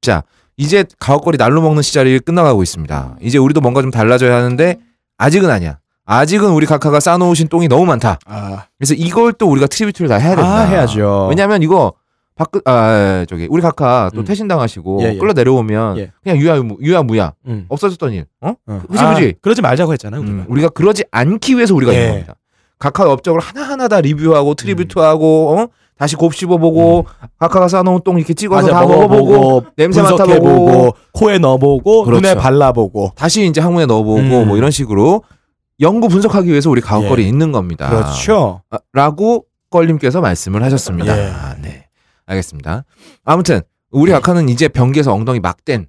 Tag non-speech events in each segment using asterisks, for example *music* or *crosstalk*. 자, 이제 가옥거리 날로 먹는 시절이 끝나가고 있습니다. 이제 우리도 뭔가 좀 달라져야 하는데 아직은 아니야. 아직은 우리 카카가 쌓아놓으신 똥이 너무 많다. 아, 그래서 이걸 또 우리가 트리뷰트를 다 해야 된다. 아, 해야죠. 왜냐하면 이거 밖 아, 저기 우리 카카 또 음. 퇴진당하시고 예, 예. 끌려 내려오면 예. 그냥 유야무, 유야무야 음. 없어졌던 일. 어? 어. 그지, 그지? 아, 그러지 말자고 했잖아요. 음, 우리가. 우리가 그러지 않기 위해서 우리가 예. 음. 있는 겁니다. 각하 업적을 하나하나 다 리뷰하고 트리뷰트하고 어? 다시 곱씹어보고 각하가 쌓아놓은 똥 이렇게 찍어서 맞아, 다 먹어보고, 냄새 맡아보고 분석해보고, 코에 넣어보고 그렇죠. 눈에 발라보고 다시 이제 항문에 넣어보고 음. 뭐 이런 식으로 연구 분석하기 위해서 우리 가옥거리 예. 있는 겁니다. 그렇죠. 아, 라고 걸님께서 말씀을 하셨습니다. 예. 아, 네. 알겠습니다. 아무튼 우리 각하는 이제 변기에서 엉덩이 막댄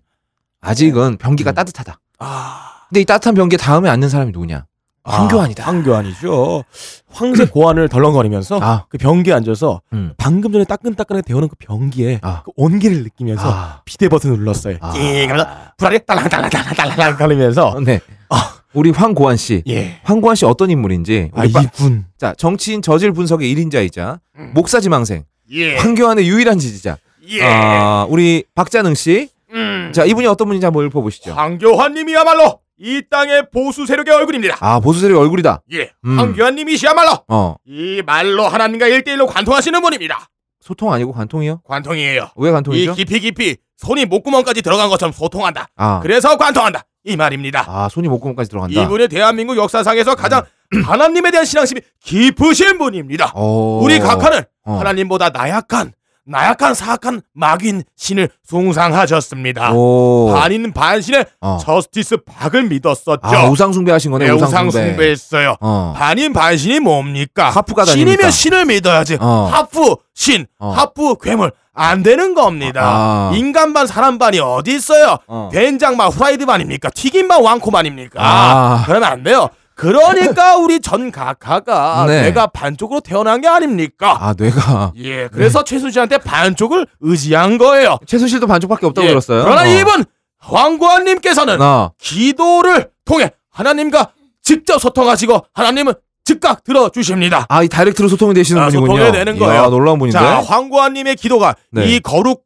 아직은 변기가 음. 따뜻하다. 아, 근데 이 따뜻한 변기에 다음에 앉는 사람이 누구냐? 황교안이다. 아, 황교안이죠. 황색 고환을 덜렁거리면서 아, 그 변기에 앉아서 음. 방금 전에 따끈따끈하게 데우는 그 변기에 아. 그 온기를 느끼면서 아, 비대 버튼을 눌렀어요. 아. 예, 그러면서 불알이 딸랑딸랑딸랑딸랑 거리면서 네. 아. 우리 황고한 씨. 예. 황고한 씨 어떤 인물인지 아 우리 빠- 이분 음. 자 정치인 저질 분석의 1인자이자 목사 지망생 예. 황교안의 유일한 지지자 예. 아, 우리 박자능 씨. 음. 자, 이분이 어떤 분인지 한번 읽어보시죠. 아. 황교안님이야말로 이 땅의 보수 세력의 얼굴입니다. 아, 보수세력 얼굴이다. 예. 음. 황교안님이시야말로 어, 이 말로 하나님과 일대일로 관통하시는 분입니다. 소통 아니고 관통이요? 관통이에요. 왜 관통이죠? 이 깊이 깊이 손이 목구멍까지 들어간 것처럼 소통한다. 아, 그래서 관통한다. 이 말입니다. 아, 손이 목구멍까지 들어간다. 음. 이분이 대한민국 역사상에서 가장 하나님에 대한 신앙심이 깊으신 분입니다. 어... 우리 각하는 어. 하나님보다 나약한 나약한 사악한 마귀인 신을 숭상하셨습니다. 오. 반인 반신의 어. 저스티스 박을 믿었었죠. 아, 우상숭배 하신 거네, 네, 우상 우상숭배. 숭배했어요. 어. 반인 반신이 뭡니까? 하프가 다닙니까? 신이면 신을 믿어야지. 어. 하프 신, 어. 하프 괴물 안 되는 겁니다. 아. 인간 반 사람 반이 어디 있어요? 어. 된장 반 후라이드 반입니까? 튀김 반 왕코 반입니까? 아. 그러면 안 돼요. *laughs* 그러니까 우리 전 각하가 네. 내가 반쪽으로 태어난 게 아닙니까? 아, 네. 뇌가. *laughs* 예, 그래서 최순실한테 반쪽을 의지한 거예요. 최순실도 반쪽밖에 없다고 예, 들었어요. 그러나 어. 이분 황구안님께서는 어. 기도를 통해 하나님과 직접 소통하시고 하나님은 즉각 들어주십니다. 아, 이 다이렉트로 소통이 되시는 아, 분이군요. 소통이 되는 거예요. 이야, 놀라운 분인데. 자, 황구아님의 기도가 네. 이 거룩히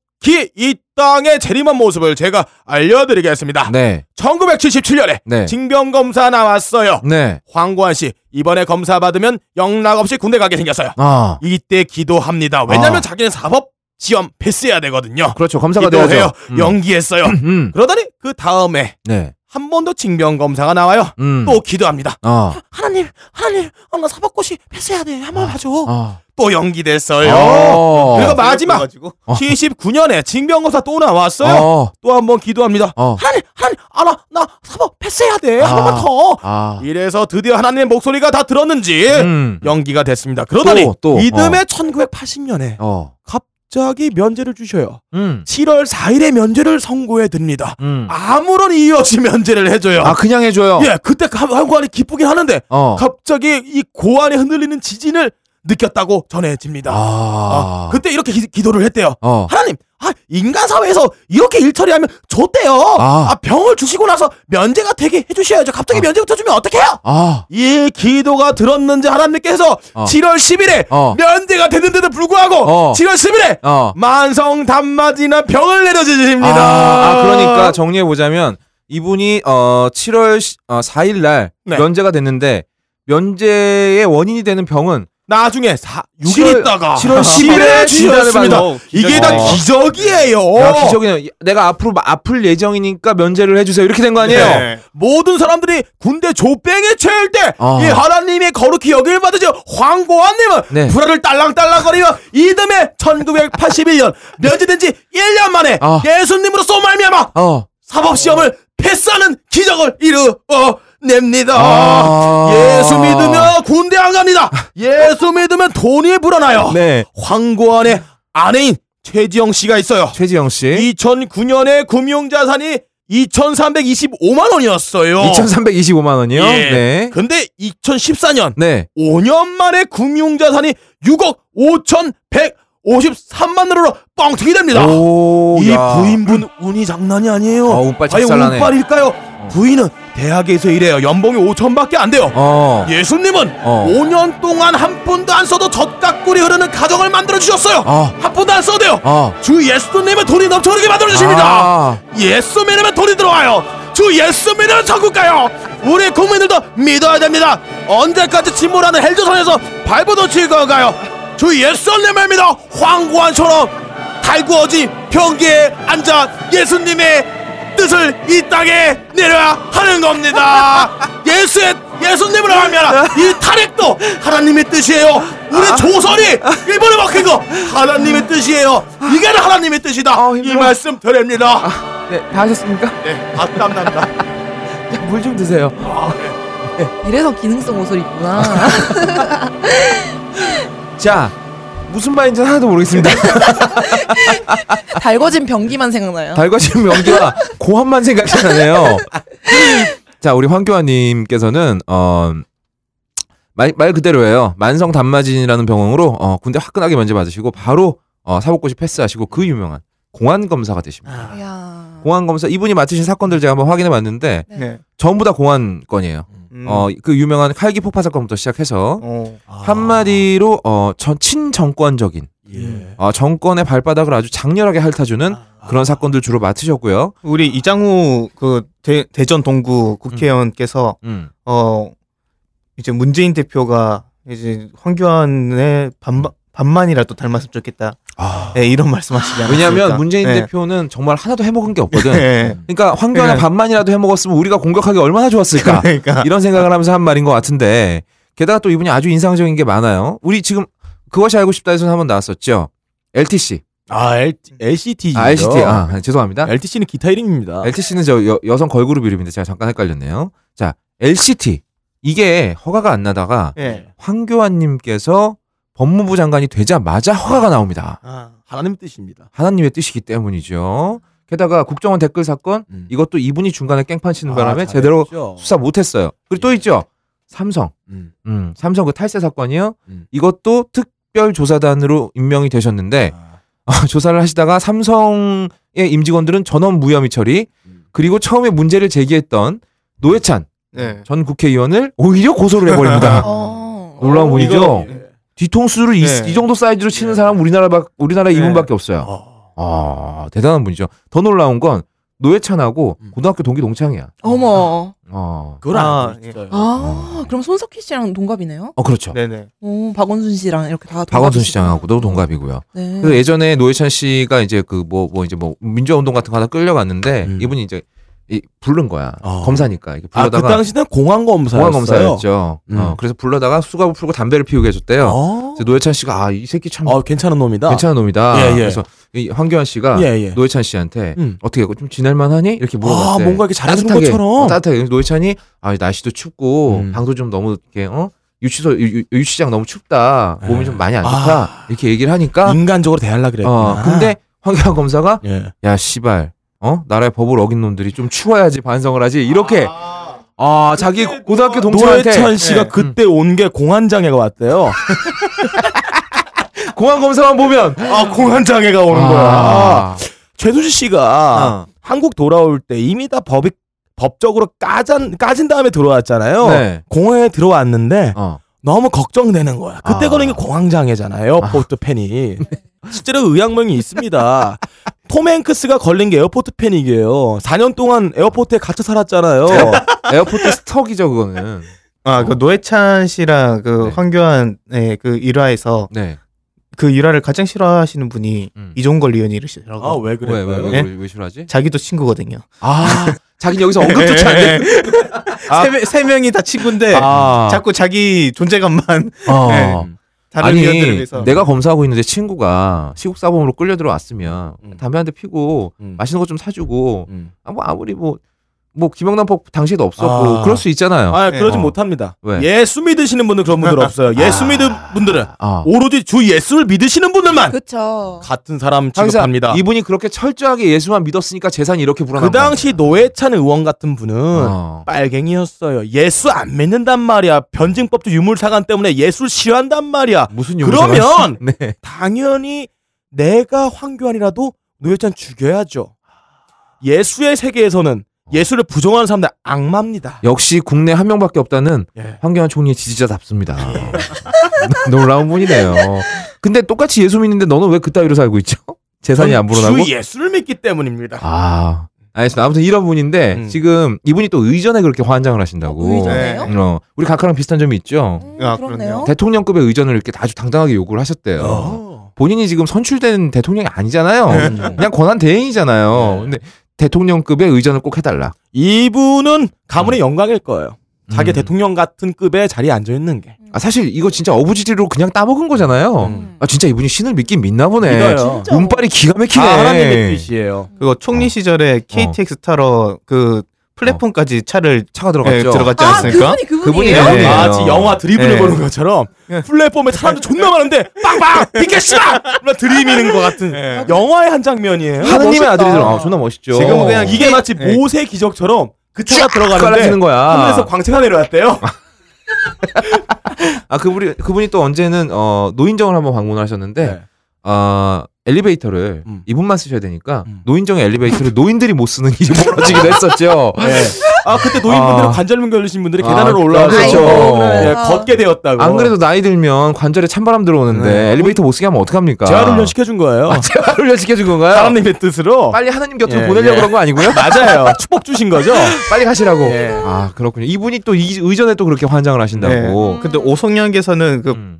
이 땅의 재림한 모습을 제가 알려드리겠습니다. 네. 1977년에 네. 징병 검사 나왔어요. 네. 황구안 씨 이번에 검사 받으면 영락 없이 군대 가게 생겼어요. 아. 이때 기도합니다. 왜냐면 아. 자기는 사법 시험 패스해야 되거든요. 그렇죠. 검사가 기도해요. 되어야죠. 음. 연기했어요. 음. 그러더니 그 다음에 네. 한 번 더 징병 검사가 나와요. 음. 또 기도합니다. 아. 하나님, 하나님, 아, 나 사법고시 패스해야 돼. 한 번 봐줘. 아. 또 연기됐어요. 어. 그리고 마지막 어. 79년에 징병검사 또 나왔어요. 어. 또 한 번 기도합니다. 어. 하나님, 하나님, 아, 나, 나 사법 패스해야 돼. 아. 한 번만 더. 아. 이래서 드디어 하나님의 목소리가 다 들었는지 음. 연기가 됐습니다. 그러더니 또, 또, 이듬해 1980년에 어. 갑자기 면제를 주셔요. 음. 7월 4일에 면제를 선고해 듭니다. 음. 아무런 이유 없이 면제를 해줘요. 아, 그냥 해 줘요. 예, 그때 한국안이 기쁘긴 하는데 어. 갑자기 이 고안에 흔들리는 지진을 느꼈다고 전해집니다. 아. 어, 그때 이렇게 기, 도를 했대요. 어. 하나님, 아, 인간 사회에서 이렇게 일 처리하면 좋대요. 아. 아, 병을 주시고 나서 면제가 되게 해주셔야죠. 갑자기 면제부터 주면 어떡해요? 아. 이 기도가 들었는지 하나님께서 어. 7월 10일에 어. 면제가 됐는데도 불구하고 어. 7월 10일에 어. 만성 단마디나 병을 아, 내려주십니다. 아, 그러니까 정리해 보자면 이분이 어 7월 시- 어, 4일 날 네. 면제가 됐는데 면제의 원인이 되는 병은 나중에 사, 6일 7월 있다가 7월 10일에 10일에 진단을 주셨습니다. 받아. 이게 다 어. 기적이에요. 야, 기적이네. 내가 앞으로 마- 아플 예정이니까 면제를 해주세요. 이렇게 된 거 아니에요? 네. 모든 사람들이 군대 조병에 채울 때, 아. 이 하나님의 거룩히 여길 받으죠. 황고한님은 네. 불화를 딸랑딸랑거리며 이듬해 1981년 면제된 지 1년 만에 아. 예수님으로 쏘 네. 말미암아 어. 사법시험을 패스하는 기적을 이루어냅니다. 아. 예수 믿으면 군대 안 갑니다. 예수 믿으면 돈이 불어나요. 네. 네. 황고한의 아내인 최지영 씨가 있어요. 최지영 씨. 2009년에 금융자산이 2,325만 원이었어요. 2,325만 원이요. 예. 네. 근데 2014년 네. 5년 만에 금융자산이 6억 5,153만 원으로 뻥튀기 됩니다. 오. 이 야. 부인분 운이 장난이 아니에요. 아, 운빨 과연 찹쌀하네. 운빨일까요? 부인은 대학에서 일해요. 연봉이 5천밖에 안 돼요. 어. 예수님은 어. 5년 동안 한 푼도 안 써도 젖가꿀이 흐르는 가정을 만들어 주셨어요. 어. 한 푼도 안 써도 돼요. 아, 어. 주 예수님은 돈이 넘쳐흐르게 만들어 주십니다. 아. 예수 믿으면 돈이 들어와요. 주 예수 믿으면 천국 가요. 우리 국민들도 믿어야 됩니다. 언제까지 침몰하는 헬조선에서 발버둥 치고 가요. 주 예수님을 믿어 황구안처럼 달구어지 평기에 앉아 예수님의 뜻을 이 땅에 내려야 하는 *laughs* 겁니다. 예수의 예수님을 하면 이 탈핵도 하나님의 뜻이에요. 우리 아. 조선이 일본에 먹힌 거 하나님의 뜻이에요. 이게 하나님의 뜻이다. 아, 이 힘들어. 말씀 드립니다. 네, 다 *laughs* 하셨습니까? 네, 아 땀난다. 물 좀 드세요. 이래서 기능성 옷을 입구나. *laughs* 자. 무슨 말인지 하나도 *laughs* 모르겠습니다. 달궈진 변기만 생각나요. 달궈진 명기와 고함만 생각이 나네요. *laughs* 자, 우리 황교안님께서는 어, 말, 말 그대로예요. 만성 단마진이라는 병원으로 어, 군대 화끈하게 면제 받으시고 바로 어, 사복고시 패스하시고 그 유명한 공안 검사가 되십니다. 이야. 공안 검사 이분이 맡으신 사건들 제가 한번 확인해 봤는데 네. 네. 전부 다 공안 건이에요. 음. 어, 그 유명한 칼기 폭파 사건부터 시작해서 어. 아. 한마디로 어, 전 친정권적인 예. 어, 정권의 발바닥을 아주 장렬하게 핥아주는 그런 사건들 주로 맡으셨고요. 우리 이장우 그 대, 대전 동구 국회의원께서 음. 어 이제 문재인 대표가 이제 황교안의 반반 반만이라도 닮았으면 좋겠다. 아. 네, 이런 말씀하시잖아요. 그러니까. 왜냐하면 문재인 대표는 정말 하나도 해먹은 게 없거든. 네. 그러니까 황교안의 네. 반만이라도 해먹었으면 우리가 공격하기 얼마나 좋았을까. 그러니까 이런 생각을 하면서 한 말인 것 같은데 게다가 또 이분이 아주 인상적인 게 많아요. 우리 지금 그것이 알고 싶다에서 한번 나왔었죠. LTC, 아 L, LCT. 아, LCT, 아 죄송합니다. LTC는 기타 이름입니다. LTC는 저 여, 여성 걸그룹 이름인데 제가 잠깐 헷갈렸네요. 자, LCT 이게 허가가 안 나다가 네. 황교안님께서 법무부 장관이 되자마자 허가가 나옵니다. 아. 하나님 뜻입니다. 하나님의 뜻이기 때문이죠. 게다가 국정원 댓글 사건 음. 이것도 이분이 중간에 깽판 치는 아, 바람에 잘했죠. 제대로 수사 못했어요. 그리고 또 예. 있죠 삼성, 음. 음, 삼성 그 탈세 사건이요. 음. 이것도 특별 조사단으로 임명이 되셨는데 아, *laughs* 조사를 하시다가 삼성의 임직원들은 전원 무혐의 처리 음. 그리고 처음에 문제를 제기했던 노회찬 네. 전 국회의원을 오히려 고소를 *laughs* 해버립니다. 어. 놀라운 분이죠. 이거, 예. 뒤통수를 이, 네. 이 정도 사이즈로 치는 사람 우리나라 밖 우리나라 네. 이분밖에 없어요. 아, 아 대단한 분이죠. 더 놀라운 건 노회찬하고 음. 고등학교 동기 동창이야. 어머. 어, 그건 아, 아니에요. 진짜요. 아, 그럼 손석희 씨랑 동갑이네요? 어 그렇죠. 네, 네. 오, 박원순 씨랑 이렇게 다 동갑이시구나. 박원순 시장하고도 동갑이고요. 네. 그래서 예전에 노회찬 씨가 이제 그 뭐 뭐 이제 뭐 민주화 운동 같은 거 하다 끌려갔는데 음. 이분이 이제 이 부른 거야 어. 검사니까 이게 아, 그 불러다가 당시는 공항 검사였어요. 공안 검사였죠. 음. 어, 그래서 불러다가 수갑을 풀고 담배를 피우게 해줬대요. 아, 그래서 노회찬 씨가 아 이 새끼 참 아, 괜찮은 놈이다. 어. 괜찮은 놈이다. 예, 예. 그래서 이 황교안 씨가 예, 예. 노회찬 씨한테 음. 어떻게 하고 좀 지낼만하니 이렇게 물어봤대. 아, 뭔가 이렇게 잘해준 따뜻하게, 어, 것처럼. 따뜻하게 그래서 노회찬이 아 날씨도 춥고 음. 방도 좀 너무 이렇게 어 유치소 유, 유- 유치장 너무 춥다 몸이 예. 좀 많이 안 아. 음. 아. 좋다 이렇게 얘기를 하니까 인간적으로 대하려 그랬구나. 어, 근데 황교안 검사가 예. 야 씨발 어 나라의 법을 어긴 놈들이 좀 추워야지 반성을 하지 이렇게 아, 자기 고등학교 동창한테 예, 음. 노회찬 씨가 네. 그때 온 게 공안 장애가 왔대요. 공안 검사만 보면 아, 공안 장애가 오는 거야. 아, 최수지 씨가 아, 한국 돌아올 때 이미 다 법이 법적으로 까잔 까진 다음에 들어왔잖아요. 네. 공항에 들어왔는데 어. 너무 걱정되는 거야. 그때 아. 네. 거는 게 공황장애잖아요. 에어포트 *laughs* 팬이. 실제로 의학명이 있습니다. 톰 행크스가 걸린 게 에어포트 패닉이에요. 4년 동안 에어포트에 갇혀 살았잖아요. 네. 에어포트 스톡이죠 그거는 아, 그 노회찬 씨랑 그 네. 황교안의 그 일화에서 네 그 일화를 가장 싫어하시는 분이 음. 이종걸 의원이시라고. 아 왜 왜 그래? 왜왜 왜, 예? 왜, 왜 싫어하지 자기도 친구거든요. 아 자긴 여기서 네. 언급조차 안 돼. 아. *laughs* 세, 명- 세 명이 다 친구인데 예. 아, 자꾸 자기 존재감만 *laughs* 어. 네. 다른 아니 의원들에 비해서 내가 검사하고 있는데 친구가 시국사범으로 끌려 들어왔으면 음. 담배 한 대 피고 음. 맛있는 거 좀 사주고 음. 아, 뭐 아무리 뭐, 뭐 김영란법 당시에도 없었고 아. 그럴 수 있잖아요. 아 네. 그러지 어. 못합니다. 왜? 예수 믿으시는 분들 그런 분들 없어요. 예수 아. 믿은 분들은 아. 오로지 주 예수를 믿으시는 분들만 그쵸. 같은 사람 항상 취급합니다. 이분이 그렇게 철저하게 예수만 믿었으니까 재산이 이렇게 불어난 그 당시 노회찬 의원 같은 분은 어. 빨갱이였어요. 예수 안 믿는단 말이야. 변증법도 유물사관 때문에 예수를 싫어한단 말이야. 무슨 아, 그러면 용서가- 네. 당연히 내가 황교안이라도 노회찬 죽여야죠. 예수의 세계에서는 예술을 부정하는 사람들 악마입니다. 역시 국내 한 명밖에 없다는 예. 황교안 총리의 지지자답습니다. *laughs* 놀라운 분이네요. 근데 똑같이 예수민인데 너는 왜 그따위로 살고 있죠? *laughs* 재산이 안 불어나고? 주 예술을 믿기 때문입니다. 아, 알겠습니다. 아무튼 이런 분인데 음. 지금 이분이 또 의전에 그렇게 환장을 하신다고. 의전에요? 어, 우리 각하랑 비슷한 점이 있죠. 음, 아, 그렇네요. 대통령급의 의전을 이렇게 아주 당당하게 요구를 하셨대요. 어. 본인이 지금 선출된 대통령이 아니잖아요. 음. 그냥 권한 네. 대행이잖아요. 근데 대통령급의 의전을 꼭 해달라. *laughs* 이분은 가문의 영광일 거예요. 자기 어. 음. 대통령 같은 급의 자리에 앉아 있는 게. 아, 사실 이거 진짜 어부지리로 그냥 따먹은 거잖아요. 음. 아, 진짜 이분이 신을 믿긴 믿나 보네. 믿어요. 진짜. 운빨이 기가 아, 막히네. 하나님의 뜻이에요. 그거 어. 총리 시절에 KTX 타러 그 플랫폼까지 차를 차가 네, 예, 들어갔죠. *laughs* 들어갔지 아, 않습니까? 그분이 그분이에요? 그분이에요? 네. 아, 지 영화 드리블을 네. 보는 것처럼 플랫폼에 사람들 존나 많은데 빵빵 비켜 씨발 드림이는 것 같은 예. 아, 영화의 한 장면이에요. 어. 하느님의 멋있다. 아들이들. 아, 존나 멋있죠. 지금은 그냥 이게 마치 네. 모세 기적처럼 그 차가 깔라지는 들어가는데 거야. 하늘에서 광채가 내려왔대요. 아 그분이 그분이 또 언제는 어 노인정을 한번 방문을 하셨는데 아 엘리베이터를 네. 음. 이분만 쓰셔야 되니까 음. 노인정의 엘리베이터를 노인들이 못 쓰는 일이 *laughs* 벌어지기도 했었죠. 아 그때 노인분들은 아. 관절문 걸리신 분들이 아, 계단으로 올라와서 그렇죠. 아이고, 예, 그래요. 걷게 되었다고. 안 그래도 나이 들면 관절에 찬바람 들어오는데 어. 네. 엘리베이터 못 쓰게 하면 어떡합니까? 재활 훈련 시켜준 거예요. 아, 재활 훈련 시켜준 건가요? 사람님의 뜻으로 빨리 하나님 곁으로 예, 보내려고 예. 그런 거 아니고요? 맞아요. 축복 주신 거죠. *laughs* 빨리 가시라고. 예. 아 그렇군요. 이분이 또 이, 의전에 또 그렇게 환장을 하신다고. 네. 근데 오송년께서는 그 예. 음.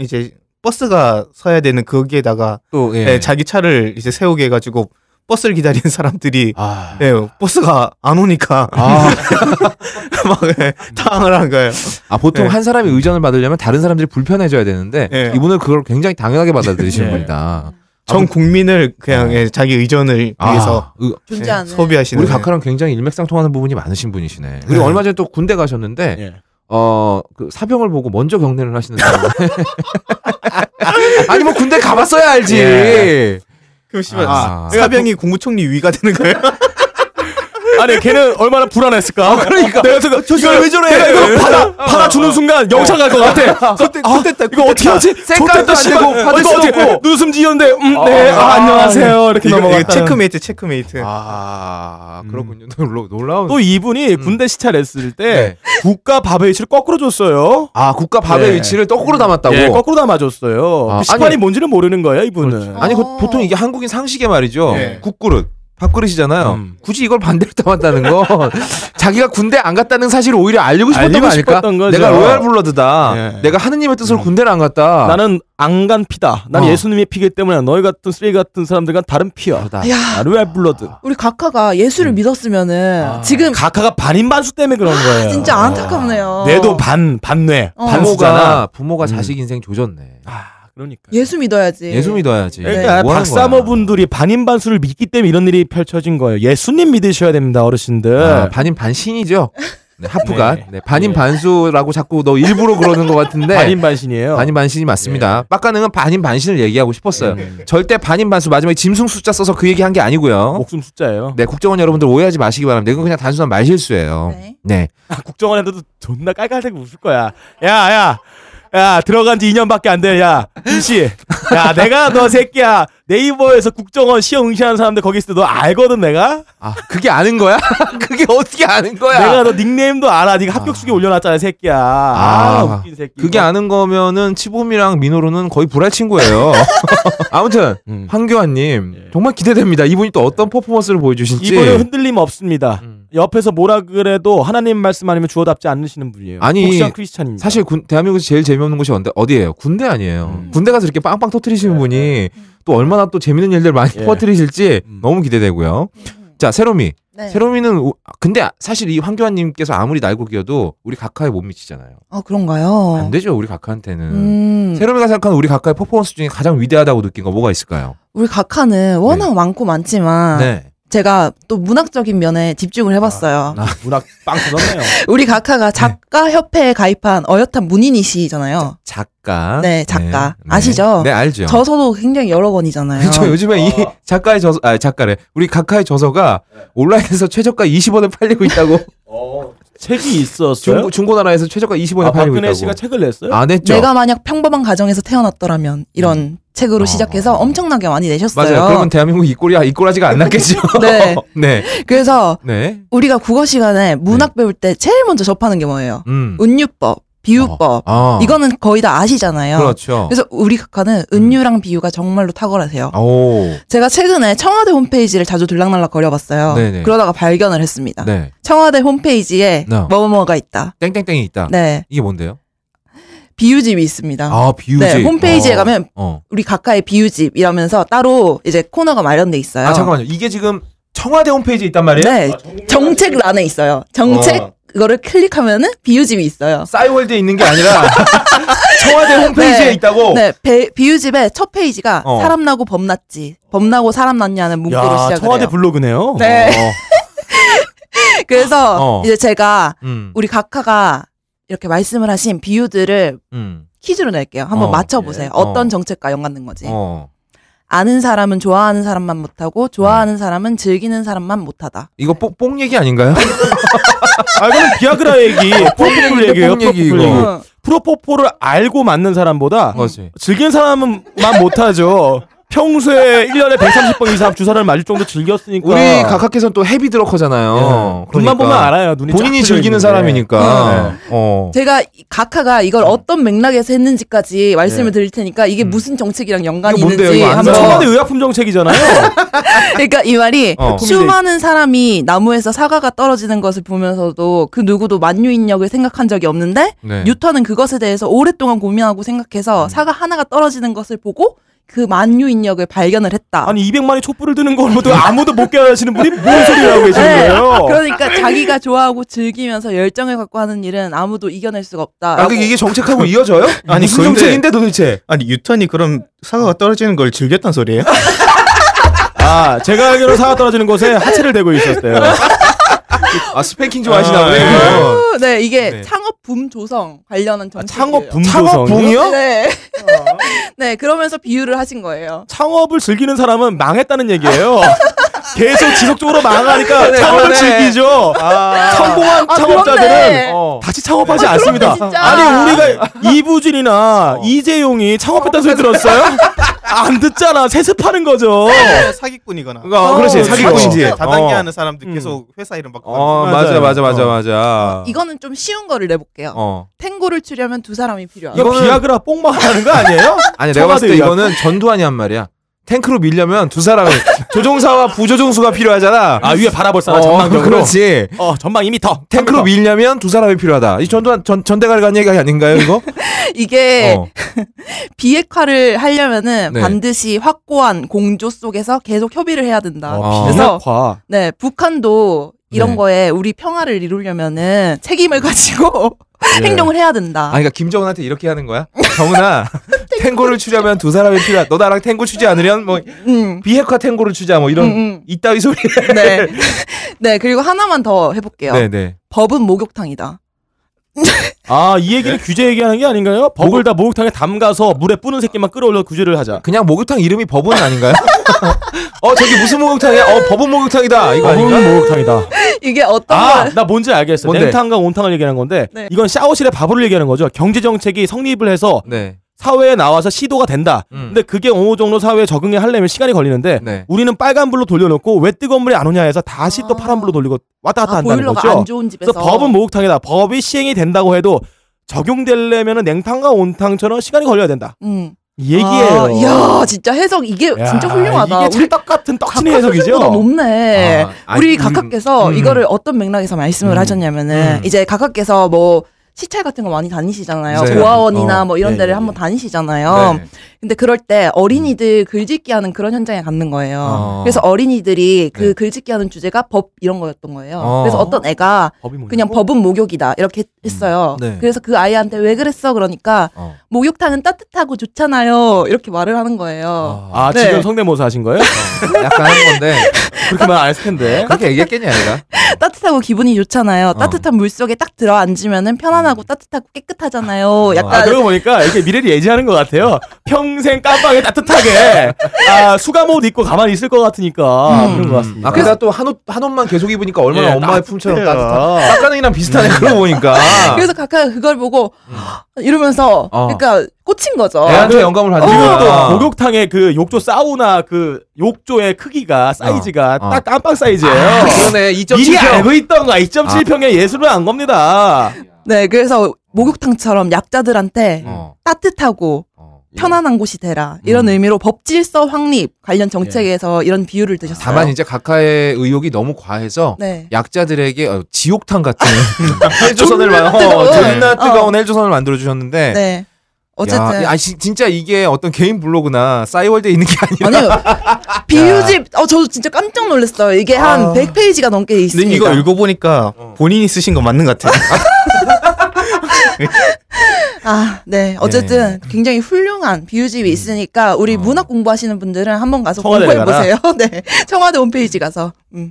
이제 버스가 서야 되는 거기에다가 또 예. 예, 자기 차를 이제 세우게 해가지고 버스를 기다리는 사람들이 아, 예, 버스가 안 오니까 *laughs* 아, 막 예, 당황을 한 거예요. 아, 보통 예. 한 사람이 의전을 받으려면 다른 사람들이 불편해져야 되는데 예. 이분은 그걸 굉장히 당연하게 받아들이시는 예. 분이다. 전 국민을 그냥 예, 자기 의전을 위해서 어. 아, 의- 예, 존재하는. 소비하시는 우리 각하랑 굉장히 일맥상통하는 부분이 많으신 분이시네. 그리고 네. 얼마 전에 또 군대 가셨는데 예. 어그 사병을 보고 먼저 경례를 하시는 사람. *laughs* 아니 뭐 군대 가봤어야 알지. 예. 그럼 씨발 아. 사병이 국무총리 위가 되는 거예요? 아니 네, 걔는 얼마나 불안했을까? 그러니까 내가 생각 왜 저래? 내가 이거 받아 받아 주는 순간 영상 갈 것 같아. 그때 그때 이거 어떻게 하지? 색깔도 좋겠다, 안 씨발. 되고 받을 이거 수도 어떻게- 없고. 눈웃음 지었는데 음, 네 아, 안녕하세요 이렇게 *laughs* 이거- 이거 넘어갔다. 체크메이트 예. 체크메이트. 아 *laughs* 음. 그렇군요. 놀라, 놀라운. 또 이분이 군대 시찰 했을 때 음. 네. 국가 밥의 위치를 거꾸로 줬어요. 아 국가 밥의 예. 위치를 떡으로 담았다고. 예, 거꾸로 담아줬어요. 아, 그 식판이 아니- 뭔지는 모르는 거예요 이분은. 아니 그 어. 보통 이게 한국인 상식에 말이죠. 예. 국그릇. 밥그릇이잖아요. 음. 굳이 이걸 반대로 담았다는 건 *laughs* 자기가 군대 안 갔다는 사실을 오히려 알리고 싶었던 알리고 거 아닐까? 싶었던 거죠. 내가 로얄 블러드다. 예. 내가 하느님의 뜻으로 군대를 안 갔다. 나는 안 간 피다. 나는 아. 어. 예수님의 피기 때문에 너희 같은 쓰레기 같은 사람들과 다른 피야. 야, 아루알 블러드. 우리 각하가 음. 예술을 믿었으면은 지금 각하가 반인반수 때문에 그런 거예요. 아, 진짜 아. 안타깝네요. 뇌도 반 반뇌 어. 반수잖아. 부모가 부모가 음. 자식 인생 조졌네. 아 그러니까. 예수 믿어야지. 예수 믿어야지. 그러니까 뭐 하는 거야. 박사모분들이 반인반수를 믿기 때문에 이런 일이 펼쳐진 거예요. 예수님 믿으셔야 됩니다, 어르신들. 아, 반인 반신이죠. 네, 하프가 예. 네. 네, 반인 예. 반수라고 자꾸 너 일부러 그러는 것 *laughs* 같은데 반인반신이에요. 네. 반인 반신이 예. 맞습니다. 빡가능은 반인 반신을 얘기하고 음, 싶었어요. 절대 반인 반수 마지막에 짐승 숫자 써서 그 얘기한 게 아니고요. 목숨 숫자예요. 네 국정원 여러분들 오해하지 마시기 바랍니다. 이건 그냥 단순한 말실수예요. 네. 네. 국정원에도 존나 깔깔대고 웃을 거야. 야, 야. 야, 들어간 지 2년밖에 안 돼. 야, 임씨. 야, 내가 너 새끼야. 네이버에서 국정원 시험 응시하는 사람들 거기 있을 때 너 알거든, 내가? 아 그게 아는 거야? *laughs* 그게 어떻게 아는 거야? 내가 너 닉네임도 알아. 네가 합격수기 올려놨잖아, 새끼야. 아, 아, 웃긴 새끼. 그게 아는 거면은 치보미랑 민호로는 거의 불알 *laughs* 친구예요. 아무튼 음. 황교안님 예. 정말 기대됩니다. 이분이 또 어떤 퍼포먼스를 보여주실지. 이분은 흔들림 없습니다. 음. 옆에서 뭐라 그래도 하나님 말씀 아니면 주어답지 않으시는 분이에요. 아니, 복시한 크리스찬입니다. 사실 군, 대한민국에서 제일 재미없는 곳이 어디, 어디예요? 군대 아니에요. 음. 군대 가서 이렇게 빵빵 터트리시는 네, 분이 또 얼마나 또 재밌는 일들 많이 예. 퍼뜨리실지 음. 너무 기대되고요. 음. 자, 세로미. 네. 세로미는 우- 아, 근데 사실 이 황교안 님께서 아무리 날고 기어도 우리 각하에 못 미치잖아요. 아 그런가요? 안 되죠, 우리 각하한테는. 음, 세로미가 생각하는 우리 각하의 퍼포먼스 중에 가장 위대하다고 느낀 거 뭐가 있을까요? 우리 각하는 워낙 많고 많지만 네. 제가 또 문학적인 면에 집중을 아, 해봤어요. 문학 빵 터졌네요. 우리 각하가 작가 협회에 가입한 어엿한 문인이시잖아요. 작가. 네, 작가. 아시죠? 네, 알죠. 저서도 어. 굉장히 여러 권이잖아요. 그렇죠. 요즘에 이 작가의 저서, 아, 작가래. 우리 각하의 저서가 네. 온라인에서 최저가 20원에 팔리고 *laughs* 있다고. 책이 있었어요. 중고, 중고나라에서 최저가 20원에 아, 팔리고 박근혜 있다고. 씨가 책을 냈어요? 안 했죠. 내가 만약 평범한 가정에서 태어났더라면 이런 정책으로 어. 시작해서 엄청나게 많이 내셨어요. 맞아요. 그러면 대한민국 이꼴이야 이꼴하지가 안 났겠죠. *laughs* 네. *laughs* 네. 그래서 네. 우리가 국어 시간에 문학 배울 때 제일 먼저 접하는 게 뭐예요? 음. 은유법, 비유법. 아. 이거는 거의 다 아시잖아요. 그렇죠. 음. 그래서 우리 각하는 은유랑 비유가 정말로 탁월하세요. 오. 제가 최근에 청와대 홈페이지를 자주 들락날락 거려봤어요. 네네. 그러다가 발견을 했습니다. 네. 청와대 홈페이지에 네. 뭐뭐가 있다. 땡땡땡이 있다. 네. 이게 뭔데요? 비유집이 있습니다. 아, 비유지. 네, 홈페이지에 어. 가면 어. 우리 각하의 비유집 이러면서 따로 이제 코너가 마련돼 있어요. 아, 잠깐만요. 이게 지금 청와대 홈페이지에 있단 말이에요? 네. 정책란에 있어요. 정책 어. 그거를 클릭하면은 비유집이 있어요. 싸이월드에 있는 게 아니라 *laughs* 청와대 홈페이지에 네. 있다고. 네, 배- 비유집의 첫 페이지가 어. 사람 나고 범 났지. 범 나고 사람 났냐는 문구로 야, 시작을 청와대 해요. 블로그네요. 네. 어. 그래서 어. 이제 제가 음. 우리 각하가 이렇게 말씀을 하신 비유들을 음. 퀴즈로 낼게요. 한번 어, 맞춰보세요. 예. 어떤 어. 정책과 연관된 거지. 어. 아는 사람은 좋아하는 사람만 못하고 음. 좋아하는 사람은 즐기는 사람만 못하다. 이거 뽕, 뽕 얘기 *laughs* 아닌가요? 아, 그럼 비아그라 얘기, 프로포폴 얘기예요. 뽕 어, 얘기, 프로포폴 이거. 얘기. 어. 프로포폴을 알고 맞는 사람보다 그렇지. 즐긴 사람만 못하죠. 평소에 1년에 130번 이상 주사를 맞을 정도 그러니까. 즐겼으니까. 우리 각하께서는 또 헤비 예. 드러커잖아요. 눈만 그러니까 보면 알아요. 눈이 본인이 쫙 즐기는 풀려있는데. 사람이니까. 어. 제가 이- 각하가 이걸 어떤 맥락에서 했는지까지 말씀을 드릴 테니까 이게 무슨 정책이랑 연관이 예. 음. 이거 뭔데요? 있는지 이거 안 한번 나와. 청와대 예, *laughs* 의약품 정책이잖아요. *laughs* 그러니까 이 말이 어. 수많은 사람이 나무에서 사과가 떨어지는 것을 보면서도 그 누구도 만유인력을 생각한 적이 없는데 네. 음. 뉴턴은 그것에 대해서 오랫동안 고민하고 생각해서 사과 하나가 떨어지는 것을 보고 그 만유인력을 발견을 했다. 아니 200만의 촛불을 드는 걸 모두 아무도 못 깨달으시는 분이 뭔 소리를 하고 계시는 아, 네. 거예요? 그러니까 자기가 좋아하고 즐기면서 열정을 갖고 하는 일은 아무도 이겨낼 수가 없다. 아, 근데 이게 정책하고 *laughs* 이어져요? 아니, 무슨 근데- 정책인데 도대체? 아니 뉴턴이 그럼 사과가 떨어지는 걸 즐겼단 소리예요? 그- 아 제가 알기로 사과 떨어지는 곳에 하체를 대고 있었대요. *laughs* 아, 어. 스팽킹 좋아하시나 보네. 네, 이게 네. 창업 붐 조성 관련한 정책. 아, 창업 어. 창업 붐조성. 붕이요? 네. *laughs* 네, 그러면서 비유를 하신 거예요. 창업을 즐기는 사람은 망했다는 얘기예요. *laughs* 계속 지속적으로 망하니까 네, 창업을 그러네. 즐기죠. 성공한 아, 창업자들은 그렇네. 어. 다시 창업하지 아, 그렇네, 않습니다. 진짜. 아니 우리가 이부진이나 이재용이 창업했다는 소리 들었어요? 안 듣잖아. 세습하는 거죠. 뭐 사기꾼이거나 어, 그렇지. 어, 사기꾼이지. 진짜. 어. 다단계하는 사람들 음. 계속 회사 이름 바꿔. 어, 맞아, 맞아, 맞아, 맞아. 어, 이거는 좀 쉬운 거를 내볼게요. 어. 탱고를 추려면 두 사람이 필요하다. 이거 이거는- 비아그라 뽕만 하는 거 아니에요? 아니, 내가 봤을 때 청와대 이거는 전두환이 한 말이야. 탱크로 밀려면 두 사람이 *laughs* 조종사와 부조종수가 필요하잖아. 아 위에 바라볼 사람 어, 전망적으로. 그렇지. 어 전망 2m. 탱크로 3m. 밀려면 두 사람이 필요하다. 이 전두환 전 전대갈 간 얘기 아닌가요, 이거? 이게 어. 비핵화를 하려면은 네. 반드시 확고한 공조 속에서 계속 협의를 해야 된다. 어. 아. 그래서 비핵화. 네, 북한도 이런 네. 거에 우리 평화를 이루려면은 책임을 *laughs* 가지고 *laughs* 예. 행동을 해야 아, 된다. 그러니까 김정은한테 이렇게 하는 거야? 정은아, 탱고를 추려면 두 사람이 필요하다. 너 나랑 탱고 추지 않으련 뭐 음. 비핵화 탱고를 추자 뭐 이런 음, 음. 이따위 소리. *laughs* 네. 네, 그리고 하나만 더 해볼게요. 네, 네. 법은 목욕탕이다. *laughs* 아이 얘기는 규제 얘기하는 게 아닌가요? 법을 다 목욕탕에 담가서 물에 뿌는 새끼만 끌어올려 규제를 하자. 그냥 목욕탕 이름이 법은 아닌가요? 어 저기 무슨 목욕탕이야? 어 법은 목욕탕이다. 이거 아닌가? 법은 목욕탕이다. 이게 어떤 아 걸 나 뭔지 알겠어. 뭔데? 냉탕과 온탕을 얘기하는 건데 네. 이건 샤워실의 바보를 얘기하는 거죠. 경제 정책이 성립을 해서 네. 사회에 나와서 시도가 된다. 음. 근데 그게 어느 정도 사회에 적응해 하려면 시간이 걸리는데 네. 우리는 빨간 불로 돌려놓고 왜 뜨거운 물이 안 오냐 해서 다시 또 아. 파란 불로 돌리고 왔다 갔다 아, 한다는 보일러가 거죠. 안 좋은 집에서 그래서 법은 목욕탕이다. 법이 시행이 된다고 해도 적용되려면 냉탕과 온탕처럼 시간이 걸려야 된다. 음. 이 얘기예요. 아, 이야, 진짜 해석 이게 야, 진짜 훌륭하다. 이게 찰떡 같은 떡신의 해석이죠. 보다 높네. 아, 아니, 우리 음, 각하께서 음. 이거를 어떤 맥락에서 말씀을 음. 하셨냐면은 음. 이제 각하께서 뭐 시찰 같은 거 많이 다니시잖아요. 네. 고아원이나 어, 뭐 이런 예, 데를 예, 한번 예. 다니시잖아요. 근데 그럴 때 음. 어린이들 글짓기 하는 그런 현장에 갔는 거예요. 어. 그래서 어린이들이 그 네. 글짓기 하는 주제가 법 이런 거였던 거예요. 어. 그래서 어떤 애가 법이 뭐냐고? 그냥 법은 목욕이다 이렇게 했어요. 네. 그래서 그 아이한테 왜 그랬어 그러니까 어. 목욕탕은 따뜻하고 좋잖아요 이렇게 말을 하는 거예요. 아 네. 지금 성대모사 하신 거예요? 약간 한 건데 그렇게 *laughs* 말 안 했을 텐데. 그렇게 얘기했겠냐 얘가? 따뜻하고 기분이 어. 좋잖아요. 따뜻한 물 속에 딱 들어 앉으면은 음. 편안하고 따뜻하고 깨끗하잖아요. 아, 약간 네. 그러고 보니까 이렇게 미래를 예지하는 것 같아요. 평생 *laughs* 깜빵에 따뜻하게 아, 수감 옷 입고 가만히 있을 것 같으니까 음. 그런 것 같습니다. 아 그러다 또 한 옷 한 옷만 계속 입으니까 얼마나 예, 엄마의 품처럼 아, 따뜻해요. 따뜻한. 빡가능이랑 비슷하네 그러고 보니까. 그래서 각하 그걸 보고 이러면서 아. 어. 네? 그러니까 꽂힌 거죠. 애한테 영감을 받는 지금 어, 또 거야. 목욕탕의 그 욕조 사우나 그 욕조의 크기가 사이즈가 어. 딱 깜빡 사이즈예요. 아, 그러네. 미리 2.7평. 아. 알고 있던 거야. 2.7평에 예술은 안 겁니다. 네, 그래서 목욕탕처럼 약자들한테 어, 따뜻하고 어. 편안한 곳이 되라 이런 의미로 법 질서 확립 관련 정책에서 이런 비유를 드셨어요. 예. 다만 이제 각하의 의욕이 너무 과해서 네. 약자들에게 어, 지옥탕 같은 *laughs* 헬조선을 존나 만- 어, 뜨거운. 존나 어. 뜨거운 헬조선을 만들어 주셨는데 네. 어쨌든 예. 야, 아 진짜 이게 어떤 개인 블로그나 싸이월드에 있는 게 아니라 아니요. 비유집 어 저 진짜 깜짝 놀랐어요. 이게 한 100페이지가 넘게 근데 있습니다. 이거 읽어보니까 본인이 쓰신 거 맞는 것 같아요. 아, 네. 어쨌든 굉장히 훌륭한 비유집이 있으니까 우리 문학 공부하시는 분들은 한번 가서 청와대 공부해 보세요. *laughs* 네. 청와대 홈페이지 가서. 음.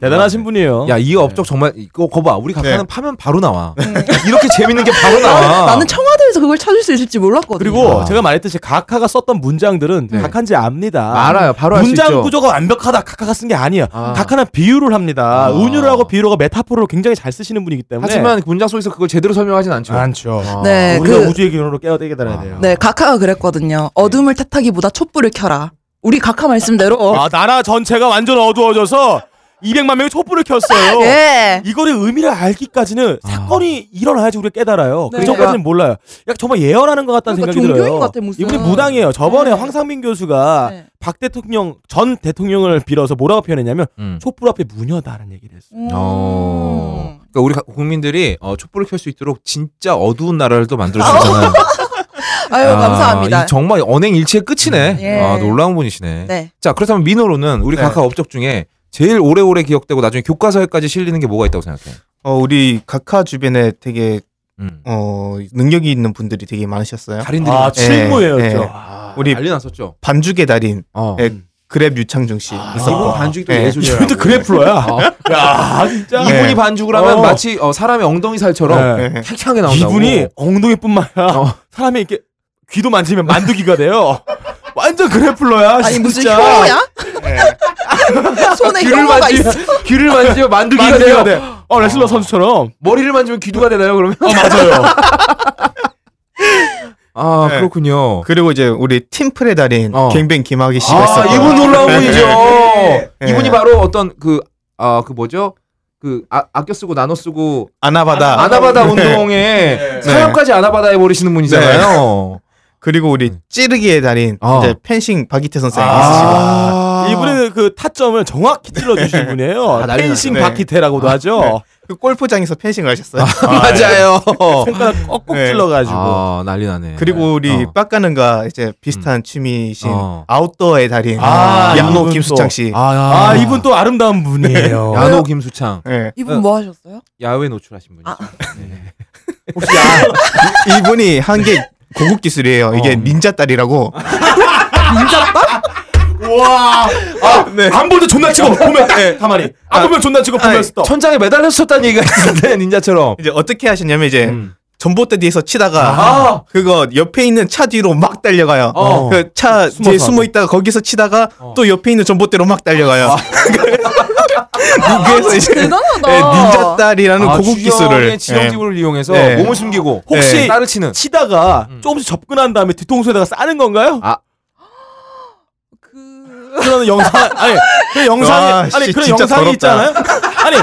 대단하신 분이에요. 야 이 업적 정말 이거 거봐 우리 각하는 네. 파면 바로 나와 *laughs* 이렇게 재밌는 게 바로 나와 나는 청와대에서 그걸 찾을 수 있을지 몰랐거든요. 그리고 아. 제가 말했듯이 각하가 썼던 문장들은 각한지 압니다. 네. 알아요 바로 알수 문장 있죠 구조가 완벽하다 각하가 쓴 게 아니에요. 아. 각하는 비유를 합니다. 아. 은유를 하고 비유가 메타포로 굉장히 잘 쓰시는 분이기 때문에 하지만 문장 속에서 그걸 제대로 설명하진 않죠 네. 안죠. 아, 네. 우리가 그- 우주의 기운으로 깨어들게 달아야 돼요. 네, 각하가 그랬거든요. 어둠을 탓하기보다 촛불을 켜라. 우리 각하 말씀대로 아 나라 전체가 완전 어두워져서 200만 명이 촛불을 켰어요. *laughs* 예. 아. 이거를 의미를 알기까지는 사건이 일어나야지 우리가 깨달아요. 네. 그 전까지는 몰라요. 약간 정말 예언하는 것 같다는 그러니까 생각이 종교인 들어요. 것 같아, 무슨. 이분이 무당이에요. 저번에 네. 황상민 교수가 네. 박 대통령 전 대통령을 빌어서 뭐라고 표현했냐면 음. 촛불 앞에 무녀다라는 얘기를 했어요. 음. 어. 그러니까 우리 가- 국민들이 어, 촛불을 켤 수 있도록 진짜 어두운 나라를 또 만들어 주잖아요 *laughs* 아유, 감사합니다. 정말 언행 일치의 끝이네 예. 아 놀라운 분이시네 네. 자 그렇다면 민호로는 우리 네. 각하 업적 중에 제일 오래오래 기억되고 나중에 교과서에까지 실리는 게 뭐가 있다고 생각해 어, 우리 각하 주변에 되게 음. 어, 능력이 있는 분들이 되게 많으셨어요. 달인들이 아 네. 많지. 칠무예요, 네. 저. 네. 아, 우리 난리 났었죠 반죽의 달인 어. 네. 그랩 유창중 씨 있었고 이분 반죽도 네. 예술이라고. 어. 이분도 그래플러야. 야 진짜. 네. 아, 이분이 반죽을 하면 어. 마치 어, 사람의 엉덩이 살처럼 네. 네. 탱탱하게 나온다고. 이분이 엉덩이뿐만 아니라 어. 사람이 이렇게 귀도 만지면 만두기가 돼요. 완전 그래플러야. 아니, 네. 무슨 진짜. 혐오야? *laughs* 손에 귀를 혐오가 만지면 있어. 귀를 만지면 만두기가 만두기가 돼요. 돼. 어 레슬러 선수처럼. 머리를 만지면 귀두가 되나요? 그러면? 어 맞아요. *laughs* 아 네. 그렇군요. 그리고 이제 우리 팀플의 달인 어. 갱뱅 김학의 씨가 아 있었고 이분 놀라운 네. 분이죠. 네. 이분이 네. 바로 어떤 그 아, 그 뭐죠? 그 아, 아껴 쓰고 나눠 쓰고 아나바다 아나바다 네. 운동에 사람까지 아나바다 해버리시는 분이잖아요. 그리고 우리 찌르기의 달인 어. 이제 펜싱 박이태 선생이 있으시고 음. 아, 이분은 그 타점을 정확히 찔러 주신 분이에요. 아, 난리 펜싱 났네. 바퀴테라고도 하죠. 그 골프장에서 펜싱을 아. 하셨어요. 맞아요. 손가락 꺽꺽 네. 찔러가지고. 예. 아 난리 나네. 그리고 우리 어. 빡가는가 이제 비슷한 취미이신 어. 아웃도어의 달인 아, 양노 이분 김수창 또. 씨. 아, 야. 아 이분 또 아름다운 분이에요. 야노 김수창 예. 이분 뭐 하셨어요? 야외 노출하신 분이죠. 아. 네. 혹시 아, 이분이 한 게 고급 기술이에요. 이게 어. 아. 닌자 딸이라고. 와. 아, 안 보면 존나 치고 보면 딱 가만히. 안 아, 보면 존나 치고 보면 아니, 스톱. 천장에 매달렸었다는 얘기가 *laughs* 있는데 네. ninja처럼. 이제 어떻게 하시냐면 이제 음. 전봇대 뒤에서 치다가 아. 그거 옆에 있는 차 뒤로 막 달려가요. 어. 그 차 뒤에 숨어서. 숨어 있다가 거기서 치다가 또 옆에 있는 전봇대로 막 달려가요. 아. *laughs* 그래서 이제 아, 대단하다. 예, 닌자 딸이라는 아, 고급 주변의 기술을 지형지물을 이용해서 예. 몸을 숨기고 혹시 예. 네. 따를 치는. 치다가 음. 조금씩 접근한 다음에 뒤통수에다가 싸는 건가요? 그... 그런 *laughs* 영상 아니 그런 영상이 와, 아니 씨, 그런 진짜 영상이 더럽다. 있잖아요. 아니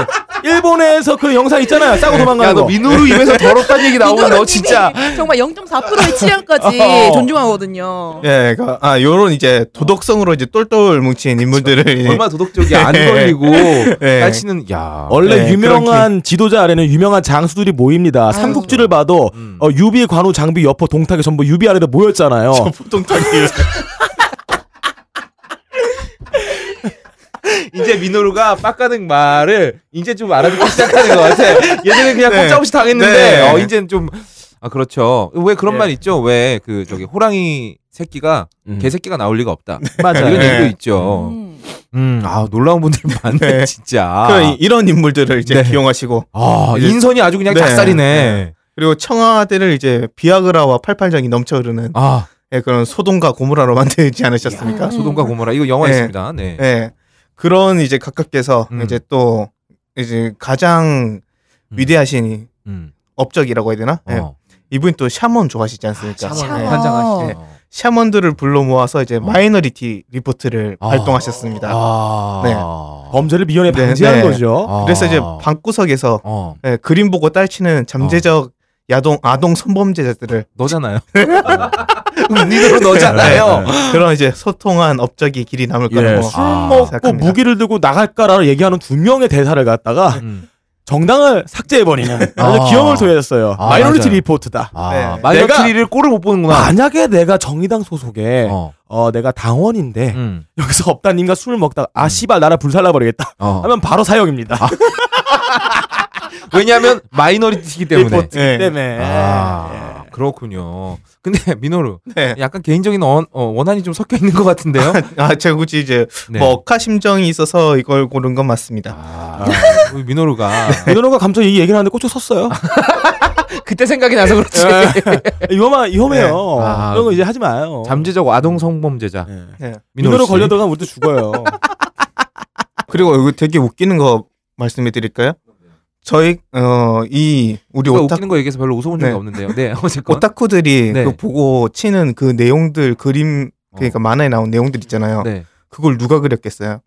일본에서 그런 영상 있잖아요. 네. 싸고 도망가는 야너 거. 민우루 *laughs* 입에서 더럽다는 얘기 나오면 너 이노라님이 진짜. 정말 *laughs* 0.4%의 취향까지 어. 존중하거든요. 예, 그, 아, 요런 이제 도덕성으로 이제 똘똘 뭉친 인물들을 이제- 얼마나 도덕적이야 안 걸리고 예. 날치는 야 원래 네, 유명한 그런 지도자 아래는 유명한 장수들이 모입니다. 삼국지를 봐도 아, 음. 어, 유비, 관우, 장비, 여포, 동탁이 전부 유비 아래로 모였잖아요. 보통 *laughs* 타기. 이제 민호루가 빡가는 말을 이제 좀 알아듣기 시작하는 것 같아 예전에 그냥 네. 꼼짝없이 당했는데 네. 어 이젠 좀아 그렇죠 왜 그런 예. 말 있죠 왜 그 저기 호랑이 새끼가 음. 개새끼가 나올 리가 *laughs* 없다 맞아. 이런 네. 얘기도 있죠 음. 음, 아, 놀라운 분들이 많네, 네. 진짜. 그런 이- 이런 인물들을 이제 아. 네. 기용하시고 아, 이제- 인선이 아주 그냥 네. 작살이네. 그리고 청와대를 이제 비아그라와 팔팔장이 넘쳐흐르는 아, 예, 그런 소동과 고무라로 만들지 않으셨습니까? 소돔과 고모라. 이거 영화 네. 있습니다. 네. 예. 그런 이제 각각께서 음. 이제 또 이제 가장 음. 위대하신 음. 업적이라고 해야 되나? 예. 어. 이분이 또 샤먼 좋아하시지 않습니까? 샤먼. 네. 샤먼들을 불러 모아서 이제 마이너리티 리포트를 아. 발동하셨습니다. 아. 네. 범죄를 미연에 네, 방지하는 네. 거죠. 아. 그래서 이제 방구석에서 어. 예, 그림 보고 딸치는 잠재적 야동 아동 선범죄자들을 *laughs* 너잖아요. 어. 네. 니들로 넣잖아요. 예. 그런 이제 소통한 업적이 길이 남을 거라고 예, 술 먹고 생각합니다. 무기를 들고 나갈까라고 얘기하는 두 명의 대사를 갖다가 음. 정당을 삭제해버리는 아주 아. 기염을 소유했어요. 아, 마이너리티 맞아요. 리포트다. 아, 네. 마이너 내가- 트리를 꼴을 못 보는구나. 만약에 내가 정의당 소속에 어. 어. 내가 당원인데 음. *laughs* 여기서 업다님과 술을 먹다가 아 씨발 나라 불살라버리겠다 어. 하면 바로 사형입니다. 왜냐하면 마이너리티이기 때문에. 리포트이기 때문에. 아, 그렇군요. 근데 민호루 네. 약간 개인적인 언- 어, 원한이 좀 섞여 있는 것 *laughs* 같은데요. 아, 제가 굳이 이제 네. 뭐 억하 심정이 있어서 이걸 고른 건 맞습니다. 아, 우리 민호루가 예. 민호가 감독이 이 얘기를 하는데 꽂혀 섰어요. *laughs* 그때 생각이 나서 그렇지. 예, 위험하, 위험해요. 아. 이런 거 이제 하지 마요. 네. 잠재적 아동 성범죄자 예. 네. 민호루 민호로 씨. 걸려 들어가면 우리도 죽어요. 그리고 이거 되게 웃기는 거 말씀해 드릴까요? 저희 어 이 우리 그러니까 오타 웃기는 거 얘기해서 별로 웃어본 적이 네. 없는데요. 네, 어쨌건 오타쿠들이 네. 그 보고 치는 그 내용들 그림 그러니까 만화에 나온 내용들 있잖아요. 어. 네. 그걸 누가 그렸겠어요?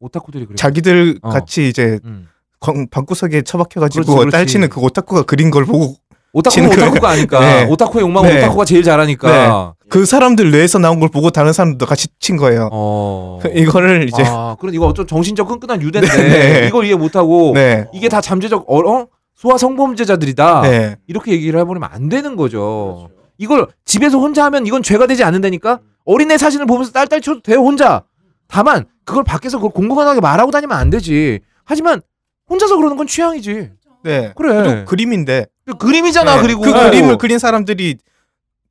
오타쿠들이 그래. 자기들 어. 같이 이제 음. 광- 방구석에 처박혀가지고 그렇지, 그렇지. 딸치는 그 오타쿠가 그린 걸 보고 오타쿠는 지는 그- 오타쿠가 아니까 네. 오타쿠의 욕망은 네. 오타쿠가 제일 잘하니까. 그 사람들 뇌에서 나온 걸 보고 다른 사람도 같이 친 거예요. 어. *laughs* 이거를 이제 아, 그럼 이거 어쩜 정신적 끈끈한 유대인데 네, 네. 이걸 이해 못하고 네. 이게 다 잠재적 어, 어? 소아 성범죄자들이다. 네. 이렇게 얘기를 해버리면 안 되는 거죠. 이걸 집에서 혼자 하면 이건 죄가 되지 않는다니까. 어린애 사진을 보면서 딸딸 쳐도 돼요 혼자. 다만 그걸 밖에서 그걸 공공연하게 말하고 다니면 안 되지. 하지만 혼자서 그러는 건 취향이지. 네. 그래. 그, 그림인데 림이잖아 네. 그리고 그 그림을 그린 사람들이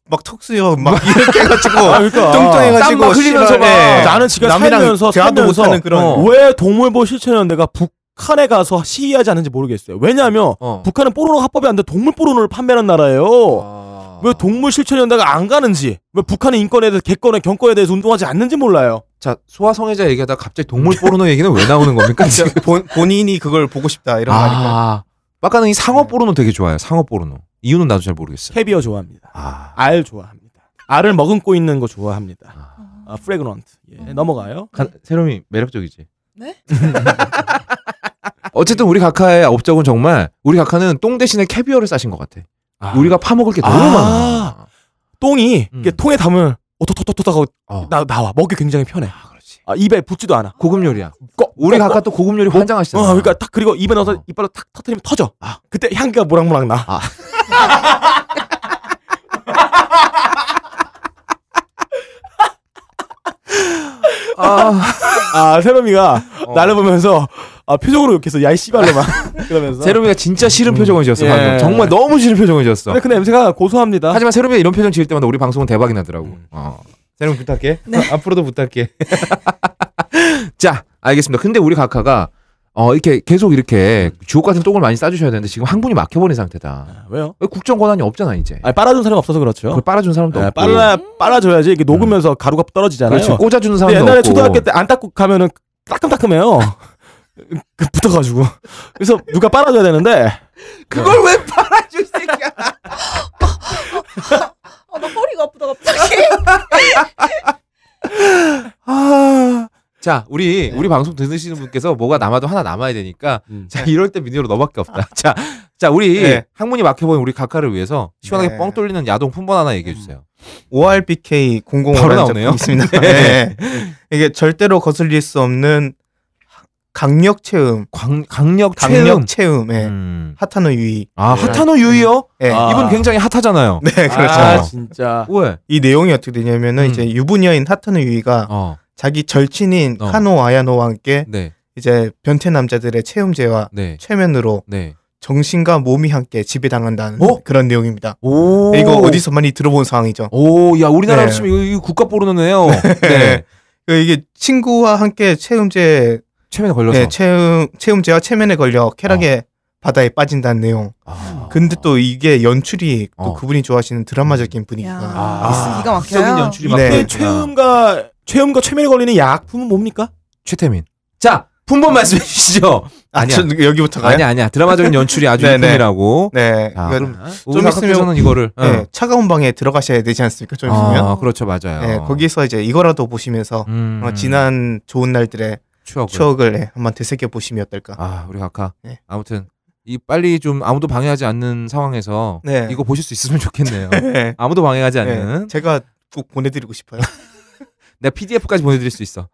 막 턱수여 *laughs* 막 이렇게 해가지고 아, 그러니까. 예. 땀 뚱뚱해가지고 막 흘리면서 씨발, 막 네. 나는 지가 남이랑 살면서 대화도 살면서 못하는 그런 어. *laughs* 왜 동물보호 실천연대가 북한에 가서 시위하지 않는지 모르겠어요. 왜냐하면 어. 북한은 뽀로로 합법이 안 돼 동물 뽀로로를 판매하는 나라예요. 아. 왜 동물 실천연대가 안 가는지, 왜 북한의 인권에 대해서 개권에 경권에 대해서 운동하지 않는지 몰라요. 자 소아성애자 얘기하다 갑자기 동물 포르노 얘기는 왜 나오는 겁니까? 지금? 그러니까 본, 본인이 그걸 보고 싶다 이런 말이니까 아, 네. 빡가는 이 상어 포르노 되게 좋아요. 상어 포르노. 이유는 나도 잘 모르겠어요. 캐비어 좋아합니다. 아, 알 좋아합니다. 알을 머금고 있는 거 좋아합니다. 아. 아, 프레그런트. 예, 넘어가요. 가- 세롬이 매력적이지. 네? *laughs* 어쨌든 우리 각하의 업적은 정말 우리 각하는 똥 대신에 캐비어를 싸신 것 같아. 우리가 파먹을 게 너무 아. 많아. 똥이 음. 이렇게 통에 담을 오토토토토 하고 어. 나, 나와 먹기 굉장히 편해. 아, 그렇지. 아, 입에 붙지도 않아. 고급 요리야. 꺼- 우리 꺼- 각하 또 고급 요리 환장하시잖아. 어, 그러니까 탁 그리고 입에 넣어서 어. 이빨로 탁 터트리면 터져. 그때 향기가 모락모락 나. 아. 아, 아, 세롬이가 어. 나를 보면서 아, 표정으로 욕해서 *laughs* 야이 씨발로만 그러면서. 세롬이가 진짜 싫은 표정을 지었어. 예. 방금. 정말 너무 싫은 표정을 지었어. 근데 그 냄새가 고소합니다. 하지만 세롬이가 이런 표정 지을 때마다 우리 방송은 대박이 나더라고. 음. 어. 세롬 부탁해. *laughs* 앞으로도 부탁해. *laughs* 자, 알겠습니다. 근데 우리 각하가 어, 이렇게 계속 이렇게 주옥 같은 똥을 많이 싸주셔야 되는데 지금 한 분이 막혀버린 상태다. 아, 왜요? 국정 권한이 없잖아 이제. 아, 빨아준 사람 없어서 그렇죠. 그걸 빨아준 사람도 예, 없고. 그렇죠. 빨라 빨아줘야지 이게 녹으면서 가루가 떨어지잖아요. 그렇지. 꽂아주는 근데 사람도 네, 옛날에 없고. 초등학교 때 안 닦고 가면은 따끔따끔해요. *laughs* 그 붙어가지고 그래서 누가 빨아줘야 되는데 그걸 왜? 아, 나 허리가 아프다 갑자기. 아. 자, 우리 우리 방송 들으시는 분께서 뭐가 남아도 하나 남아야 되니까 음. 자 이럴 때 민으로 너밖에 없다. 자, 자 우리 네. 항문이 막혀버린 우리 각하를 위해서 시원하게 네. 뻥 뚫리는 야동 품번 하나 얘기해 주세요. ORBK 0 0 5 바로 라는 나오네요. 작품이 있습니다. *laughs* 네. 이게 절대로 거슬릴 수 없는 강력 체험, 광, 강력 체음. 강력 체험, 예. 음. 하타노 유이. 아 네. 하타노 유이요? 예. 아. 이분 굉장히 핫하잖아요. 네, *laughs* 그렇죠. 아 진짜 왜? 이 내용이 어떻게 되냐면은 음. 이제 유부녀인 하타노 유이가 어, 자기 절친인 어. 카노 아야노와 함께 네, 이제 변태 남자들의 체험제와 네, 최면으로 네. 정신과 몸이 함께 지배당한다는 어? 그런 내용입니다. 오, 이거 어디서 많이 들어본 상황이죠. 오, 야 우리나라 네. 지금 이거, 이거 국가 보르는네요. 네, 그 이게 친구와 함께 체험제, 최면에 걸려서. 어. 네, 체험, 체험제와 체면에 걸려 쾌락의 바다에 빠진다는 내용. 아. 근데 또 이게 연출이 또 어. 그분이 좋아하시는 드라마적인 분위기가. 야, 아, 기가 극적인 막혀요. 연출이 막 네. 네. 그 최음과 최음과 최면에 걸리는 약품은 뭡니까? 최태민. 자, 품번 말씀해 주시죠. 아니야. 전 여기부터 가요? 아니 아니야. 드라마적인 연출이 아주 *laughs* 네네. 일품이라고. 네. 자, 이건, 아, 그럼 좀 있으면- 있으면서는 이거를 어. 네, 차가운 방에 들어가셔야 되지 않습니까? 좀 있으면. 아, 그렇죠. 맞아요. 네, 거기서 이제 이거라도 보시면서 음, 어, 지난 좋은 날들의 추억을. 추억을 네, 한번 되새겨 보시면 어떨까? 아, 우리 각하. 네. 아무튼 이 빨리 좀 아무도 방해하지 않는 상황에서 네. 이거 보실 수 있으면 좋겠네요. *laughs* 네. 아무도 방해하지 네, 않는. 제가 꼭 보내드리고 싶어요. 내가 PDF까지 보내드릴 수 있어.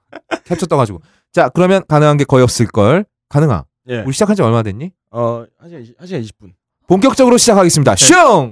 캡처 떠가지고. 자, 그러면 가능한 게 거의 없을 걸. 가능아. 네. 예. 우리 시작한 지 얼마 됐니? 어, 한 시간 20, 한 시간 20분. 본격적으로 시작하겠습니다. 네. 슝!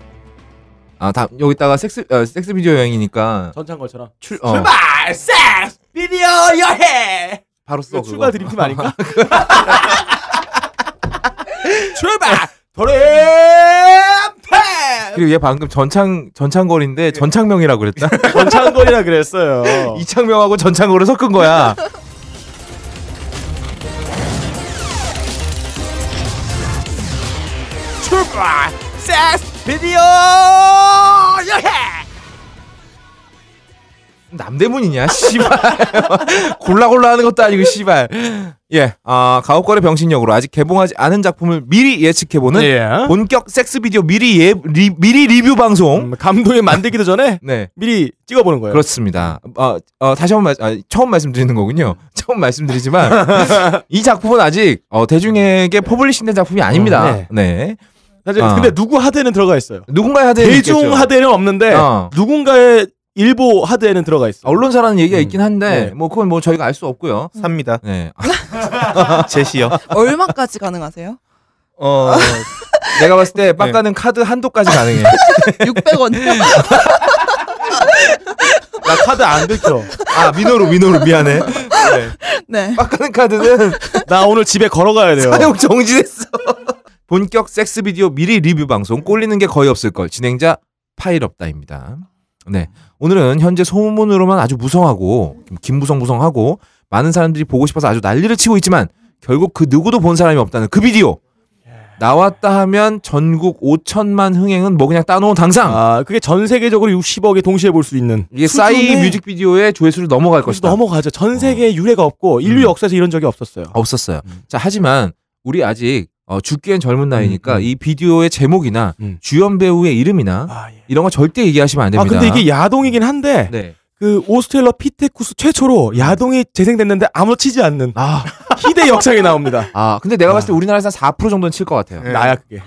아, 다, 여기다가 섹스, 어, 섹스 비디오 여행이니까. 전창걸처럼. 출, 어, 출발! 섹스! 비디오 여행! 바로 써. 이거 그거. 출발 드림팀 *laughs* 아닌가? 출발! 드림팀! 그리고 얘 방금 전창, 전창걸인데 전창명이라고 그랬다? 전창걸이라 그랬어요. 이창명하고 전창걸을 섞은 거야. 출발! 섹스! 비디오 여행! 남대문이냐, 씨발. *laughs* 골라 골라 하는 것도 아니고, 씨발. 예, 아, 가옥거래 병신력으로 아직 개봉하지 않은 작품을 미리 예측해보는 예. 본격 섹스 비디오 미리 예, 리, 미리 리뷰 방송. 음, 감독이 만들기도 전에 네. 미리 찍어보는 거예요. 그렇습니다. 어, 어, 다시 한번 말, 아, 처음 말씀드리는 거군요. 처음 말씀드리지만 *laughs* 이 작품은 아직 어, 대중에게 퍼블리싱된 작품이 아닙니다. 음, 네. 사실 아. 근데 누구 하드에는 들어가 있어요. 누군가의 하대에 대중 하드에는 없는데 어. 아, 누군가의 일보 하드에는 들어가 있어. 언론사라는 얘기가 있긴 한데 네. 뭐 그건 뭐 저희가 알 수 없고요. 삽니다. 네. *laughs* 아, 제시요. *laughs* 얼마까지 가능하세요? *laughs* 어, 내가 봤을 때 빡가는 카드 한도까지 가능해. 600원. 나 카드 안 들켜. 아 민호로 민호로 미안해. 네. *laughs* 빡가는 카드는 나 오늘 집에 걸어가야 돼요. 사용 정지됐어. *laughs* 본격 섹스 비디오 미리 리뷰 방송 꼴리는 게 거의 없을 걸 진행자 파일 없다입니다. 네 오늘은 현재 소문으로만 아주 무성하고 김부성 무성하고 많은 사람들이 보고 싶어서 아주 난리를 치고 있지만 결국 그 누구도 본 사람이 없다는 그 비디오 나왔다 하면 전국 5천만 흥행은 뭐 그냥 따놓은 당상 아 그게 전 세계적으로 60억에 동시에 볼 수 있는 이게 수준의 싸이 뮤직비디오의 조회수를 넘어갈 것이다. 넘어가죠. 전 세계에 유례가 없었고 인류 역사에서 이런 적이 없었어요. 없었어요. 자, 하지만 우리 아직 어, 죽기엔 젊은 나이니까 음. 음, 음. 이 비디오의 제목이나 음. 주연 배우의 이름이나 아 예. 이런 거 절대 얘기하시면 안 아 됩니다. 근데 이게 야동이긴 한데 네. 그 오스트레일러 피테쿠스 최초로 야동이 재생됐는데 아무도 치지 *laughs* 않는 아, 희대 역상이 나옵니다. 아, 근데 내가 봤을 때 우리나라에서 한4% 정도는 칠 것 같아요. 네. 나야 그게.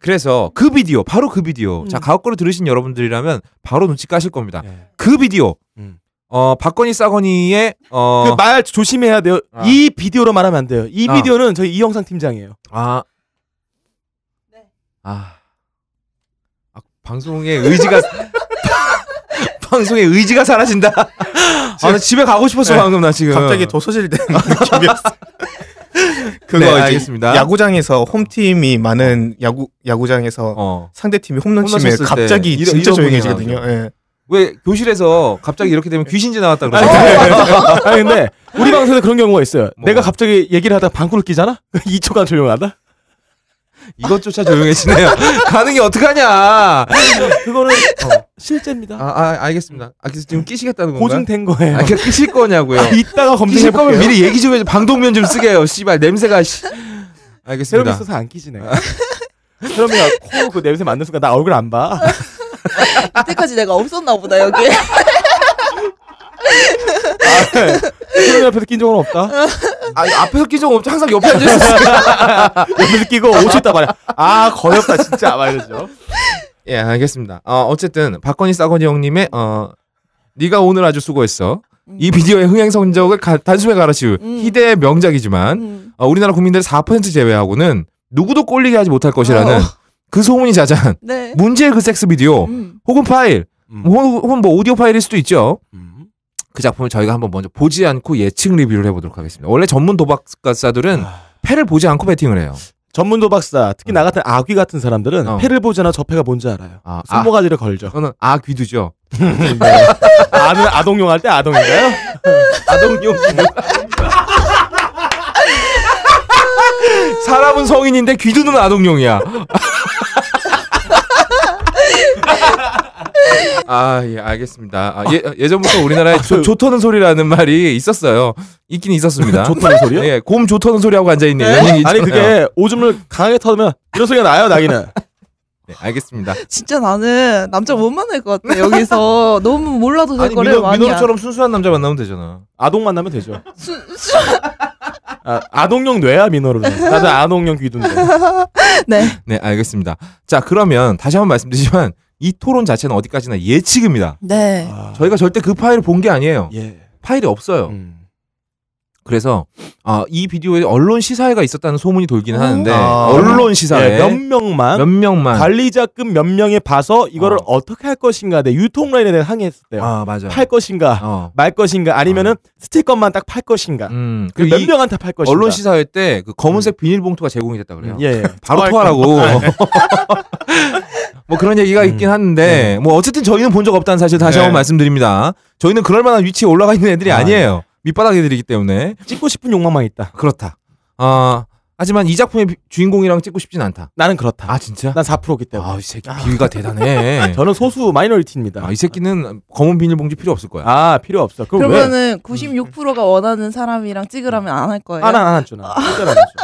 그래서 그 비디오, 바로 그 비디오. 자, 가옥거로 들으신 여러분들이라면 바로 눈치 까실 겁니다. 예. 그 비디오. 네. 음. 어, 박건희 싸건이의 어, 그 말 조심해야 돼요. 아. 이 비디오로 말하면 안 돼요. 이 아. 비디오는 저희 이영상 팀장이에요. 아. 아. 아, 방송의 의지가 *laughs* 방송의 의지가 사라진다. 아, 나 집에 가고 싶었어 네. 방금 나 지금. 갑자기 도서실 *laughs* 되는 느낌이었어. *laughs* 아, 그거 네, 이제 알겠습니다. 야구장에서 홈팀이 많은 야구 야구장에서 어. 상대 팀이 홈런 홈런 치면 쳤을 때 갑자기 이런- 진짜 이런 분위기 조용해지거든요. 예. 왜 교실에서 갑자기 이렇게 되면 귀신지 나왔다 아니, 네. 그러죠? 아니 근데 우리 방송에서 그런 경우가 있어요. 네. 뭐가? 내가 갑자기 얘기를 하다가 방구를 끼잖아? *laughs* 2초간 조용하다? 이것조차 조용해지네요. *laughs* 가는 게 어떡하냐. 아, 그거는 실제입니다. 어. 아, 알겠습니다. 아, 그래서 지금 끼시겠다는 건가요? 고증된 아, 거예요. *laughs* 그냥 끼실 거냐고요. 이따가 끼실 거면 검증해볼게요. 미리 얘기 좀 해줘. 방독면 좀 쓰게 해요. 씨발 냄새가 씨. 세럼 알겠습니다. 있어서 안 끼지 내가. 그러면 코그 냄새 맡는 순간 나 얼굴 안 봐. 이때까지 내가 없었나 보다, 여기에. 아, 네. 그러면 옆에서 낀 적은 없다. 아, 앞에서 끼적 없죠. 항상 옆에 앉아 있어. 옆에서 끼고 5초 있다 말이야. 아 거렸다 진짜 말이죠. 예, 알겠습니다. 어, 어쨌든 박건희 싸건이 형님의 어 네가 오늘 아주 수고했어. 이 비디오의 흥행 성적을 가- 단숨에 갈아치울 음. 희대의 명작이지만 음. 어, 우리나라 국민들 4% 제외하고는 누구도 꼴리게 하지 못할 것이라는 어. 그 소문이 자자한 네. 문제의 그 섹스 비디오 음. 혹은 뭐 파일 음. 혹은 뭐 오디오 파일일 수도 있죠. 그 작품을 저희가 한번 먼저 보지 않고 예측 리뷰를 해보도록 하겠습니다. 원래 전문 도박가사들은 패를 보지 않고 베팅을 해요. 전문도 박사 특히 나 같은 아귀 같은 사람들은 어. 패를 보잖아 저 패가 뭔지 알아요. 아, 아. 손모 가지를 *laughs* 걸죠. 저는 아 귀두죠. 아는 아동용 할 때 아동인가요? 네. 아동용 귀두. 사람은 성인인데 귀두는 아동용이야. 아, 예, 알겠습니다. 아, 예, 예전부터 우리나라에 조, 조 터는 소리라는 말이 있었어요. 있긴 있었습니다. 그 좋다는 소리요? 네? 예, 곰 조터는 소리하고 앉아있는 네, 연인이 아니 있잖아요. 그게 오줌을 강하게 터면 이런 소리가 나요 나기는. 네, 알겠습니다. 진짜 나는 남자 못 만날 것 같아 여기서 너무 몰라도 될 아니 거를 민호, 많이 민호처럼 순수한 남자 만나면 되잖아. 아동 만나면 되죠. 아, 아동용 뇌야 민호를. *laughs* 나도 아동용 귀둔데. 안- 네 네, 알겠습니다. 자, 그러면 다시 한번 말씀드리지만 이 토론 자체는 어디까지나 예측입니다. 네. 아, 저희가 절대 그 파일을 본 게 아니에요. 예. 파일이 없어요. 음. 그래서 아, 이 비디오에 언론 시사회가 있었다는 소문이 돌긴 어? 하는데 아. 언론 예, 시사회 몇 몇, 명만 명만 관리자급 몇 명에 봐서 이거를 어. 어. 떻게할 것인가에 대해 유통 라인에 대해 항의했대요. 아, 맞아. 팔 것인가 어. 말 것인가 아니면은 스티커만 딱 팔 것인가 음. 그 그리고 몇 이 명한테 팔 것인가 음. 언론 시사회 네. 때 그 검은색 비닐봉투가 제공이 됐다 그래요. 예, 예. 바로 토하라고. *laughs* 뭐 그런 얘기가 있긴 음. 한데 뭐 어쨌든 저희는 본 적 없다는 사실 다시 네. 한번 말씀드립니다. 저희는 그럴 만한 위치에 올라가 있는 애들이 아, 아니에요. 밑바닥 애들이기 때문에 *laughs* 찍고 싶은 욕망만 있다 그렇다. 아 하지만 이 작품의 비- 주인공이랑 찍고 싶진 않다. 나는 그렇다 아 진짜? 난 4%기 때문에 아이 새끼 비위가 대단해. *laughs* 저는 소수 마이너리티입니다 아, 이 새끼는 검은 비닐봉지 필요 없을 거야. 아 필요 없어 그럼 왜? 그러면은 96%가 원하는 사람이랑 찍으라면 안 할 거예요. 아난안 하죠 난 절대로 안 하죠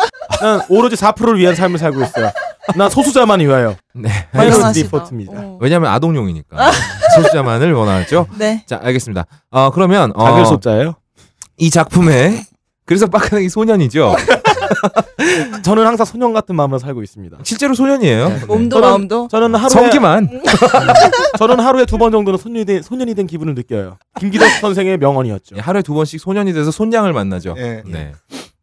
난 오로지 4%를 위한 삶을 살고 있어요 난 소수자만 위하여 네. 마이너리티 대단하시다. 디포트입니다 어. 왜냐하면 아동용이니까 *laughs* 소수자만을 원하죠. 네. 자 알겠습니다. 어 그러면 어, 자글 소자예요? 이 작품에 그래서 빡가능이 소년이죠. 네. 저는 항상 소년 같은 마음으로 살고 있습니다 실제로 소년이에요. 네. 몸도 저는- 마음도. 저는 하루에 성기만 저는 하루에 두 번 정도는 소년이 된, 소년이 된 기분을 느껴요 김기덕 선생의 명언이었죠 예, 하루에 두 번씩 소년이 돼서 손냥을 만나죠. 예. 네.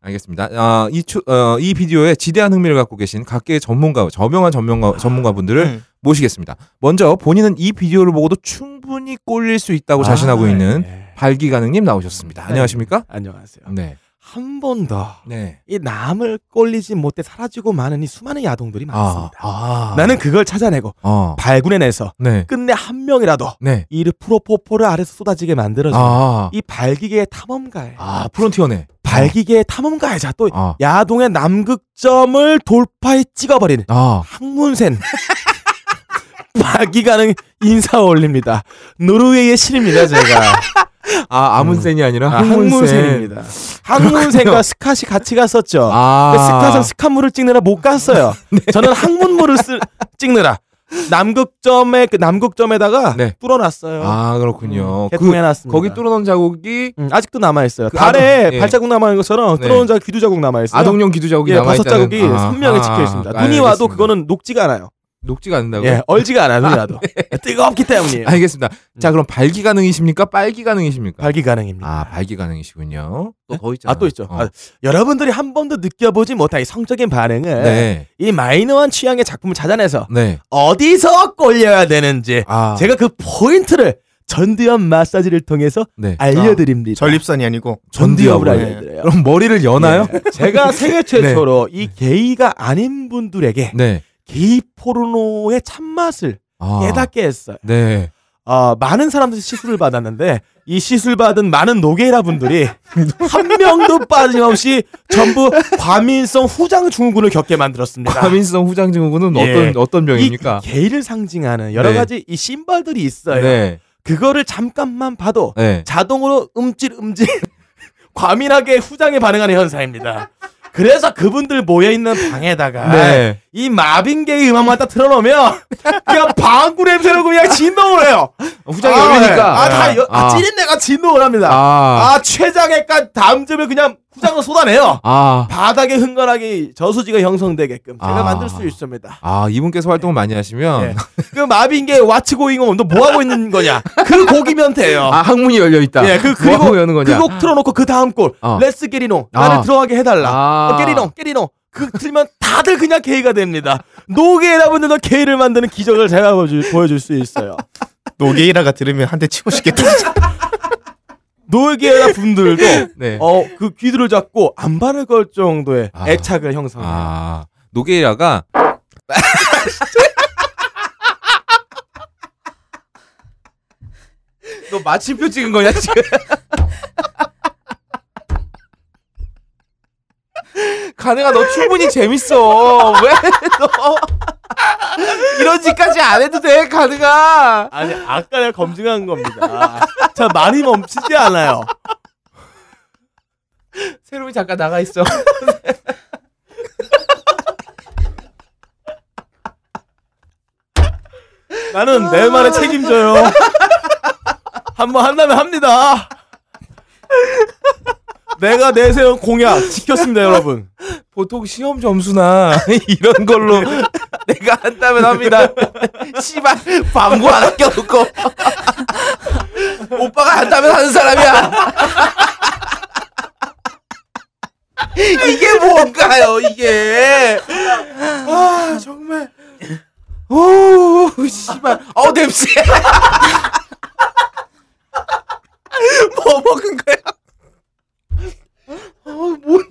알겠습니다. 아, 이, 추, 어, 이 비디오에 지대한 흥미를 갖고 계신 각계의 전문가, 저명한 아. 전문가, 전문가분들을 음. 모시겠습니다. 먼저 본인은 이 비디오를 보고도 충분히 꼴릴 수 아. 있다고 자신하고 있는 예. 발기가능님 네. 나오셨습니다. 안녕하십니까? 안녕하세요 네. 한 번더 네. 이 남을 꼴리지 못해 사라지고 마는 이 수많은 야동들이 아, 많습니다. 아. 나는 그걸 찾아내고 어. 발굴해내서 네. 끝내 한 명이라도 네. 이 프로포폴을 아래서 쏟아지게 만들어서 아. 이 발기계의 탐험가에 아, 프론티어네. 발기계의 탐험가이자 또 아. 야동의 남극점을 돌파해 찍어버리는 아. *laughs* 항문센 발기 가능 인사 올립니다. 노르웨이의 *laughs* 신입니다 제가. 아, 아문센이 아니라 아, 항문센. 항문센입니다. 항문센과 스캇이 같이 갔었죠. 아. 그 네, 네. 스카상 스칸물을 찍느라 *laughs* 못 갔어요. 저는 항문물을 쓰, 찍느라 남극점에 그 남극점에다가 네. 뚫어놨어요. 음, 아, 그렇군요. 그, 개통해놨습니다. 거기 뚫어놓은 자국이 음, 아직도 남아 있어요. 그 발에 아동- 예. 발자국 남아 있는 것처럼 네. 뚫어놓은 자국 귀두 자국 남아 있어요. 아동용 기두 자국이 예, 남아 버섯 있다는 자국이 선명히 찍혀 있습니다. 눈이 와도 그거는 녹지가 않아요. 녹지가 않는다고. 예, 얼지가 않아요. 눈이 *laughs* 와도 네. 뜨겁기 때문이에요. 알겠습니다. 자 음. 그럼 발기 가능이십니까? 빨기 가능이십니까? 발기 가능입니다. 아 발기 가능이시군요. 또 더 있잖아. 아 또 있죠. 어. 아, 여러분들이 한 번도 느껴보지 못한 이 성적인 반응을 네. 이 마이너한 취향의 작품을 찾아내서 네. 어디서 꼴려야 되는지 아 제가 그 포인트를 전두엽 마사지를 통해서 네. 알려드립니다. 전립선이 아니고 전두엽을 전두엽을 알려드려요. 그럼 머리를 여나요? 예. 네. *laughs* 제가 생애 최초로 이 게이가 아닌 분들에게 *laughs* 네. 게이 포르노의 참맛을 아, 깨닫게 했어요. 네. 어, 많은 사람들이 시술을 받았는데 이 시술 받은 많은 노게이라 *laughs* 분들이 한 명도 빠짐없이 전부 과민성 후장 증후군을 겪게 만들었습니다. 과민성 후장 증후군은 네. 예. 어떤 어떤 병입니까? 이 게이를 상징하는 여러 네. 가지 이 심벌들이 있어요. 네. 그거를 잠깐만 봐도 네. 자동으로 음질음질 *laughs* 과민하게 후장에 반응하는 현상입니다. 그래서 그분들 모여있는 방에다가 네. 이 마빈게이 음악만 딱 틀어놓으면 *laughs* 그냥 방구 냄새로 그냥 진동을 해요. 후장이 아, 열리니까. 아, 다 여, 아, 아. 찌린내가 진동을 합니다. 아. 아, 췌장에까지 담즙을 그냥 후장으로 쏟아내요. 아. 바닥에 흥건하게 저수지가 형성되게끔 제가 아. 만들 수 있습니다. 아 이분께서 활동을 많이 하시면 예. 그 마빈게 왓츠고잉온 너뭐 하고 있는 거냐? 그 곡이면 돼요. 아 항문이 열려 있다. 예, 그 뭐 하고 그리고 여는 거냐? 그곡 틀어놓고 그 다음 골 어. 레스 게리노 아. 나를 들어가게 해달라 아. 어, 게리노 게리노 그 틀면 다들 그냥 게이가 됩니다. 노게 여러분들도 게이를 만드는 기적을 제가 보여줄, 보여줄 수 있어요. *laughs* 노게이라가 들으면 한 대 치고 싶겠다. 노예계라 분들도 네. 어 그 귀들을 잡고 안 바를 걸 정도의 아. 애착을 형성합니다. 아 노게이라가 너 마침표 찍은 거냐 지금? *laughs* 가능아 너 충분히 재밌어 왜너 이런 짓까지 안 해도 네, 돼 가능아 아. 니 아까 내가 검증한 겁니다. 자 많이 멈추지 않아요. 새로운 잠깐 나가 있어 *laughs* 나는 내 말에 책임져요. 한번 한다면 합니다. 내가 내세운 공약 지켰습니다, 여러분. 보통 시험 점수나 *laughs* 이런 *laughs* 걸로 내가 한다면 합니다. 씨발 광고 안 아껴놓고 *laughs* 오빠가 한다면 하는 사람이야. *laughs* 이게 뭔가요 이게? 아 정말. 오 씨발 어 냄새. *laughs* 뭐 먹은 거야? 어뭔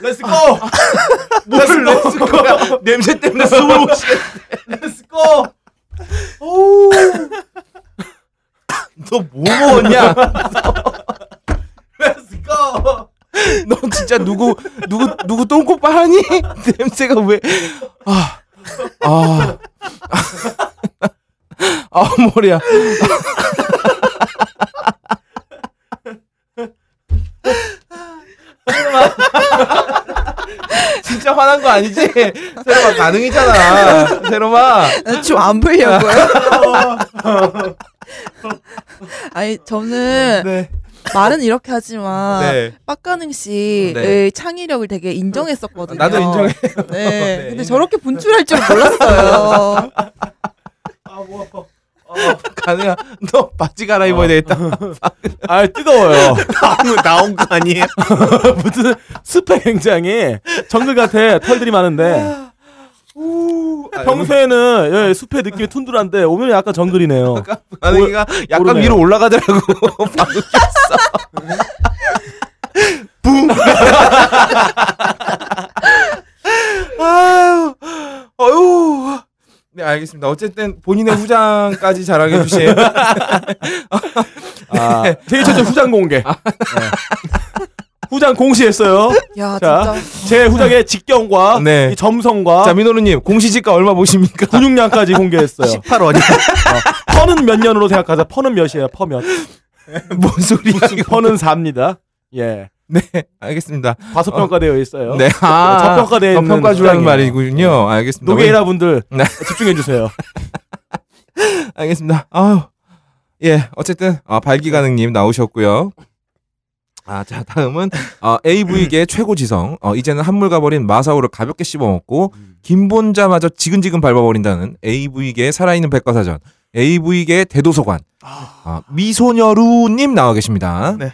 렛츠고! *laughs* 뭘 렛츠고! 냄새 때문에 숨을 못 쉬겠어. 렛츠고! 너뭐 먹었냐? 너 진짜 누구 누구 누구 똥꼬빠 하니? 냄새가 왜? 아, 아, 아, 아 머리야. 진짜 화난 거 아니지? 세로마 가능이잖아. 세로마. 좀 안 풀려고요. 아니 저는 네. 말은 이렇게 하지만 네. 빡가능 씨의 네. 창의력을 되게 인정했었거든요. 어. 나도 인정해. *laughs* 네. 근데 저렇게 분출할 줄 몰랐어요. 가능아. 너 *laughs* 바지 갈아입어야 되겠다. 아, 뜨거워요. 나온 거 *laughs* 아니에요? 무슨 습해 굉장히 정글 같아 털들이 많은데 평소에는 예, 숲의 느낌이 툰둔한데 오늘 약간 정글이네요. 가능이가 약간 오르네요. 위로 올라가더라고. *laughs* 방금 꼈어. 붕. *laughs* 아유, 어유. 네 알겠습니다. 어쨌든 본인의 후장까지 자랑해 네. 주세요. *laughs* *laughs* 아, 제일 최초 후장 공개. 네. 후장 공시했어요. 야 자. 진짜 제 후장의 직경과 네. 이 점성과 자 민호루님 공시지가 얼마 보십니까? 아, 근육량까지 아, 공개했어요. 18원이요. 퍼는 몇 년으로 생각하자. 퍼는 몇이에요? 퍼면. *laughs* 뭔 소리야? 이거. 퍼는 4입니다. 예. 네 알겠습니다. 과소평가되어 있어요. 네 아, 저평가돼 있는 저평가 주라는 후장이에요. 네. 말이군요. 알겠습니다. 노게이라 분들 네. 집중해 주세요. 알겠습니다. 아유. 예, 어쨌든 아, 발기가능님 나오셨고요. 아, 자 다음은 어, AV계 최고 지성. 어, 이제는 한물 가버린 마사오를 가볍게 씹어먹고 김본자마저 지근지근 밟아버린다는 AV계 살아있는 백과사전, AV계 대도서관. 아, 미소녀루님 나와 계십니다. 네.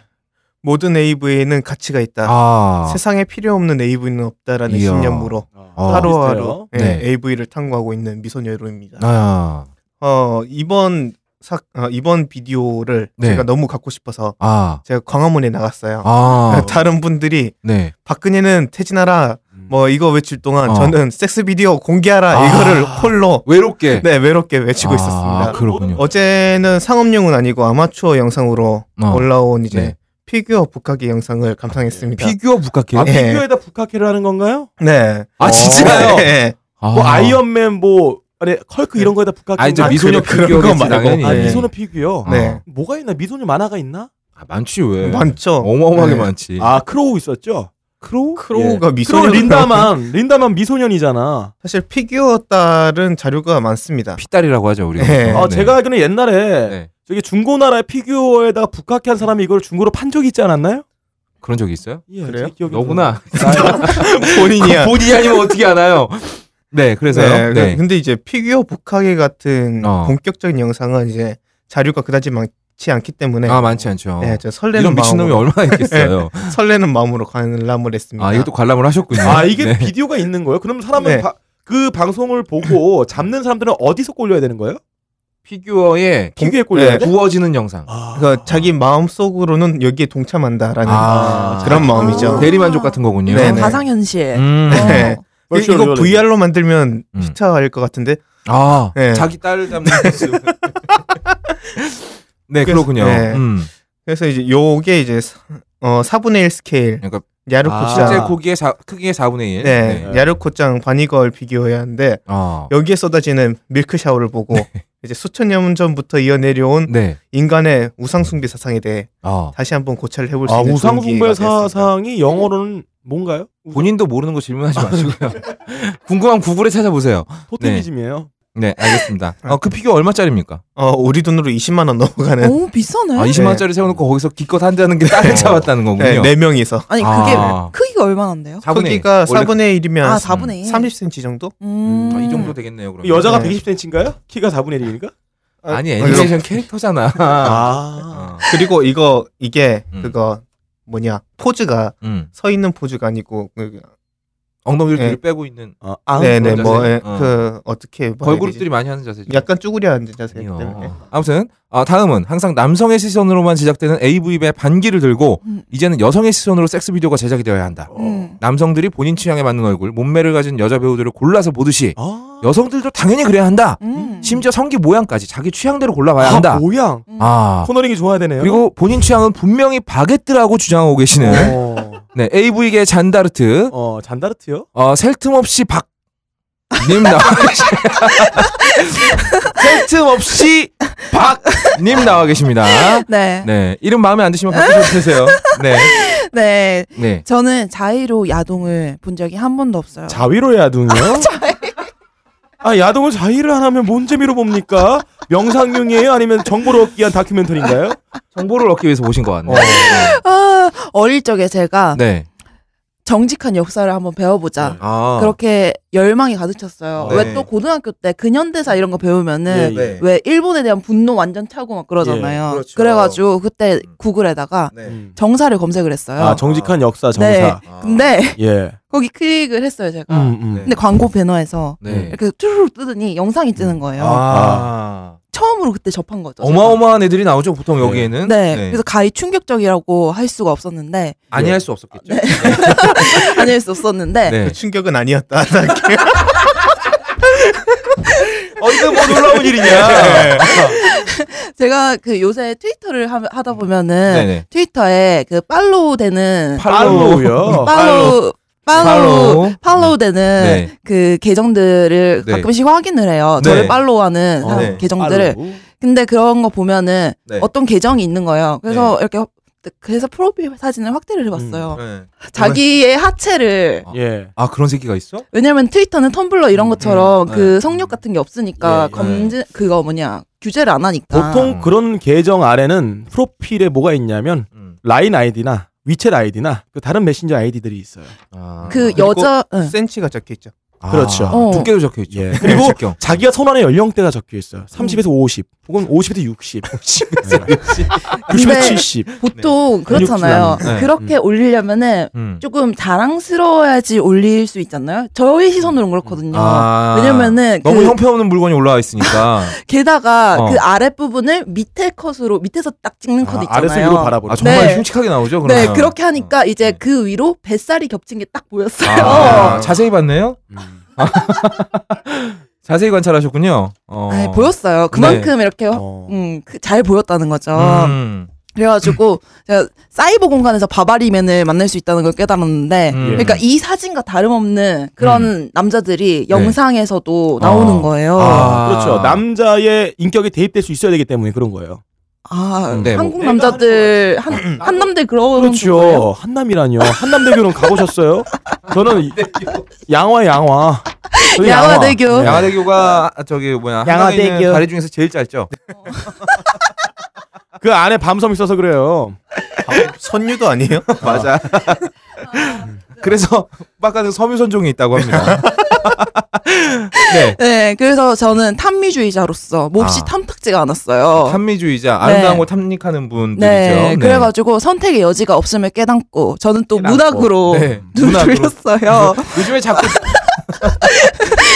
모든 AV에는 가치가 있다. 아, 세상에 필요 없는 AV는 없다라는 이야. 신념으로 어. 아, 하루하루 예, 네. AV를 탐구하고 있는 미소녀로입니다. 아, 어, 이번 사, 어, 이번 비디오를 네. 제가 너무 갖고 싶어서 아, 제가 광화문에 나갔어요. 아, *laughs* 다른 분들이 네. 박근혜는 퇴진하라 뭐 이거 외칠 동안 음. 어. 저는 섹스 비디오 공개하라 아. 이거를 홀로 외롭게 네 외롭게 외치고 아, 있었습니다. 그렇군요. 어제는 상업용은 아니고 아마추어 영상으로 어. 올라온 이제 네. 피규어 북하기 영상을 감상했습니다. 피규어 북학해요? 아, 아, 예. 비교에다 북학회를 하는 건가요? 네. 어. 진짜요? 네. 뭐 아이언맨 뭐 아니 컬크 이런 거에다 북한 아, 이제 아, 미소녀 그래, 그런 피규어겠지, 거 말고. 당연히. 아 예. 미소녀 피규어 네. 뭐가 있나 미소녀 만화가 있나 아, 많지 왜? 많죠. 어마어마하게 네. 많지. 아 크로우 있었죠 크로우 크로우가 크로우 미소녀 린다만 린다만 미소년이잖아 사실 피규어 딸은 자료가 많습니다. 피딸이라고 하죠 우리가. 그렇죠? 네. 아 제가 알기로는 옛날에 네. 저기 중고나라의 피규어에다가 북학회 한 사람이 이걸 중고로 판 적이 있지 않았나요? 그런 적이 있어요? 예, 그래요? 제 기억에 너구나. 아, *laughs* 네. 본인이야. 본인이 아니면 어떻게 알아요? 네, 그래서요. 네, 네. 근데 이제 피규어 북하게 같은 어. 본격적인 영상은 이제 자료가 그다지 많지 많지 않기 때문에 아 많지 않죠. 네, 저 설레는 이런 미친 놈이 마음으로 *laughs* 네. 얼마나 있겠어요. 설레는 마음으로 관람을 했습니다. 아 이것도 관람을 하셨군요. 아 *laughs* 이게 네. 비디오가 있는 거예요? 그럼 사람은 네. 바- 그 방송을 보고 잡는 사람들은 어디서 꼴려야 되는 거예요? 피규어에 기계에 꼴려야 네. 돼? 부어지는 영상. 아. 그러니까 자기 마음 속으로는 여기에 동참한다라는 아. 그런 마음이죠. 아. 대리 만족 같은 거군요. 네네. 가상현실. 음. 네. 이- Virtual 이거 reality. VR로 만들면 음. 시차일 것 같은데. 아 네. 자기 딸 잡는 *laughs* 모습. 네 그렇군요. 네. 음. 그래서 이제 요게 이제 사- 어 4분의 1 스케일. 그러니까 아. 실제 야르코짱. 고기의 사, 크기의 4분의 1. 네. 야르코짱 바니걸 비교였는데 아. 여기에 쏟아지는 밀크 샤워를 보고 이제 수천 년 전부터 이어내려온 네. 인간의 우상숭배 사상에 대해 아. 다시 한번 고찰을 해볼 수 아 있는 좋은 기회가 우상숭배 됐습니다. 사상이 영어로는 뭔가요? 본인도 모르는 거 질문하지 마시고요. *laughs* 궁금한 구글에 찾아보세요. 토테미즘이에요. 네, 알겠습니다. 어, 그 피규어 얼마짜리입니까? 어 우리 돈으로 20만 원 넘어가는 오 비싸네. 아, 20만 원짜리 세워놓고 거기서 기껏 한다는 게 딸을 잡았다는 네, 거군요. 네 명이서 아니 그게 아. 크기가 얼마나인데요? 4분의 1. 크기가 원래 4분의 1이면 아 4분의 1. 30cm 정도? 음. 아, 이 정도 되겠네요. 그럼 여자가 네. 120cm인가요? 키가 4분의 1이니까? 아니 *laughs* 애니메이션 캐릭터잖아. 아. 어, 그리고 이거 이게 음. 그거 뭐냐 포즈가 음. 서 있는 포즈가 아니고 그, 엉덩이를 네. 뒤로 빼고 있는 아, 아 네네 그런 자세? 뭐그 어. 어떻게 말해야 걸그룹들이 되지? 많이 하는 자세죠. 약간 쭈구려 앉은 자세 아니요. 때문에 아무튼 아, 다음은 항상 남성의 시선으로만 제작되는 AV의 반기를 들고 음. 이제는 여성의 시선으로 섹스 비디오가 제작이 되어야 한다. 음. 남성들이 본인 취향에 맞는 얼굴, 몸매를 가진 여자 배우들을 골라서 보듯이 아. 여성들도 당연히 그래야 한다. 음. 네. 심지어 성기 모양까지 자기 취향대로 골라봐야 한다. 아, 모양. 음. 아. 코너링이 좋아야 되네요. 그리고 본인 취향은 분명히 바게트라고 주장하고 계시는 어, 네, AV계 잔다르트 어, 잔다르트요? 어, 셀틈 없이 박. 님 나와 계십니다. 셀틈 없이 박. 님 나와 계십니다. 네. 네. 네. 이름 마음에 안 드시면 바꾸셔도 되세요. 네. 네. 저는 자의로 야동을 본 적이 한 번도 없어요. *laughs* 자위로 야동이요? 아, 야동을 자위를 안 하면 뭔 재미로 봅니까? 명상용이에요? 아니면 정보를 얻기 위한 다큐멘터리인가요? 정보를 얻기 위해서 오신 것 같네요. 어. 아, 어릴 적에 제가 네. 정직한 역사를 한번 배워보자. 아. 그렇게 열망이 가득 찼어요. 네. 왜 또 고등학교 때 근현대사 이런 거 배우면은 예, 예. 왜 일본에 대한 분노 완전 차고 막 그러잖아요. 예, 그렇죠. 음. 그래가지고 그때 구글에다가 네. 정사를 검색을 했어요. 음. 아, 정직한 역사 네. 정사. 아. 근데 예. 거기 클릭을 했어요 제가. 음, 음. 근데 광고 배너에서 네. 이렇게 쭈르륵 뜨더니 영상이 뜨는 거예요. 아. 처음으로 그때 접한 거죠. 제가. 어마어마한 애들이 나오죠, 보통 네. 여기에는. 네. 그래서 가히 충격적이라고 할 수가 없었는데 아니 할 수 없었겠죠. 아닐 수 없었는데 네. 그 *laughs* 충격은 아니었다 *laughs* 어디서 뭐 놀라운 일이냐. 제가 그 요새 트위터를 하, 하다 보면은 네네. 트위터에 그 팔로우 되는 팔로우요. 팔로우 팔로우 팔로우. 팔로우 되는 네. 그 계정들을 네. 가끔씩 확인을 해요. 네. 저를 팔로우하는 어, 사람 네. 계정들을. 팔로우. 근데 그런 거 보면은 네. 어떤 계정이 있는 거예요. 그래서 이렇게 그래서 프로필 사진을 확대를 해봤어요. 네. 자기의 하체를 예. 아 그런 새끼가 있어? 왜냐면 트위터는 텀블러 이런 것처럼 음, 그 네. 성력 같은 게 없으니까 예, 예. 검증 그거 뭐냐 규제를 안 하니까 보통 그런 계정 아래는 프로필에 뭐가 있냐면 음. 라인 아이디나 위챗 아이디나 그 다른 메신저 아이디들이 있어요. 아. 그 그리고 여자 응. 센치가 적혀 있죠. 아, 그렇죠. 어. 두께도 적혀 있죠. 예. 그리고 두께요. 자기가 선호하는 연령대가 적혀 있어요. 30에서 음. 50 혹은 50에서 *laughs* 네. 60, *laughs* 60에서 70. 보통 그렇잖아요. 근육질환. 네. 그렇게 올리려면은 음. 조금 자랑스러워야지 올릴 수 있잖아요. 저의 시선으로는 그렇거든요. 아. 왜냐면은 너무 그 형편없는 물건이 올라와 있으니까 게다가 어. 그 아랫 부분을 밑에 컷으로 밑에서 딱 찍는 컷 있잖아요. 아래서 위로 바라보는. 아, 정말 네. 흉측하게 나오죠. 그러면. 네, 그렇게 하니까 이제 네. 그 위로 뱃살이 겹친 게 딱 보였어요. 아, 자세히 봤네요. 음. 자세히 관찰하셨군요. *laughs* 어. 네. 아, 보였어요. 그만큼 이렇게 어. 음, 그- 잘 보였다는 거죠. 음. 그래가지고 제가 사이버 공간에서 바바리맨을 만날 수 있다는 걸 깨달았는데 음. 그러니까 이 사진과 다름없는 그런 나남자들이 영상에서도 네. 아. 나오는 거예요. 아, 아. 그렇죠. 남자의 인격이 대입될 수 있어야 되기 때문에 그런 거예요. 네, 아, 한국 남자들 한 한남들 그러는 거예요. 그렇죠. 한남이라뇨. 한남대교는 가보셨어요? 저는 이- 양화 양화. 저는 양화대교. 네. 양화대교가 저기 뭐야 양화대교. 한강에 있는 다리 중에서 제일 짧죠. 그 안에 밤섬 있어서 그래요. 선유도 아니에요? 맞아. 그래서 *laughs* 바깥에 섬유선종이 있다고 *laughs* 합니다. 네. 네, 그래서 저는 탐미주의자로서 몹시 아. 탐탁지가 않았어요. 탐미주의자 아름다운 네. 걸 탐닉하는 분들이죠. 네, 그래가지고 선택의 여지가 없음을 깨닫고 저는 또 문학으로 네, *laughs* 눈을 문학으로. 돌렸어요. 요즘에 자꾸 *laughs*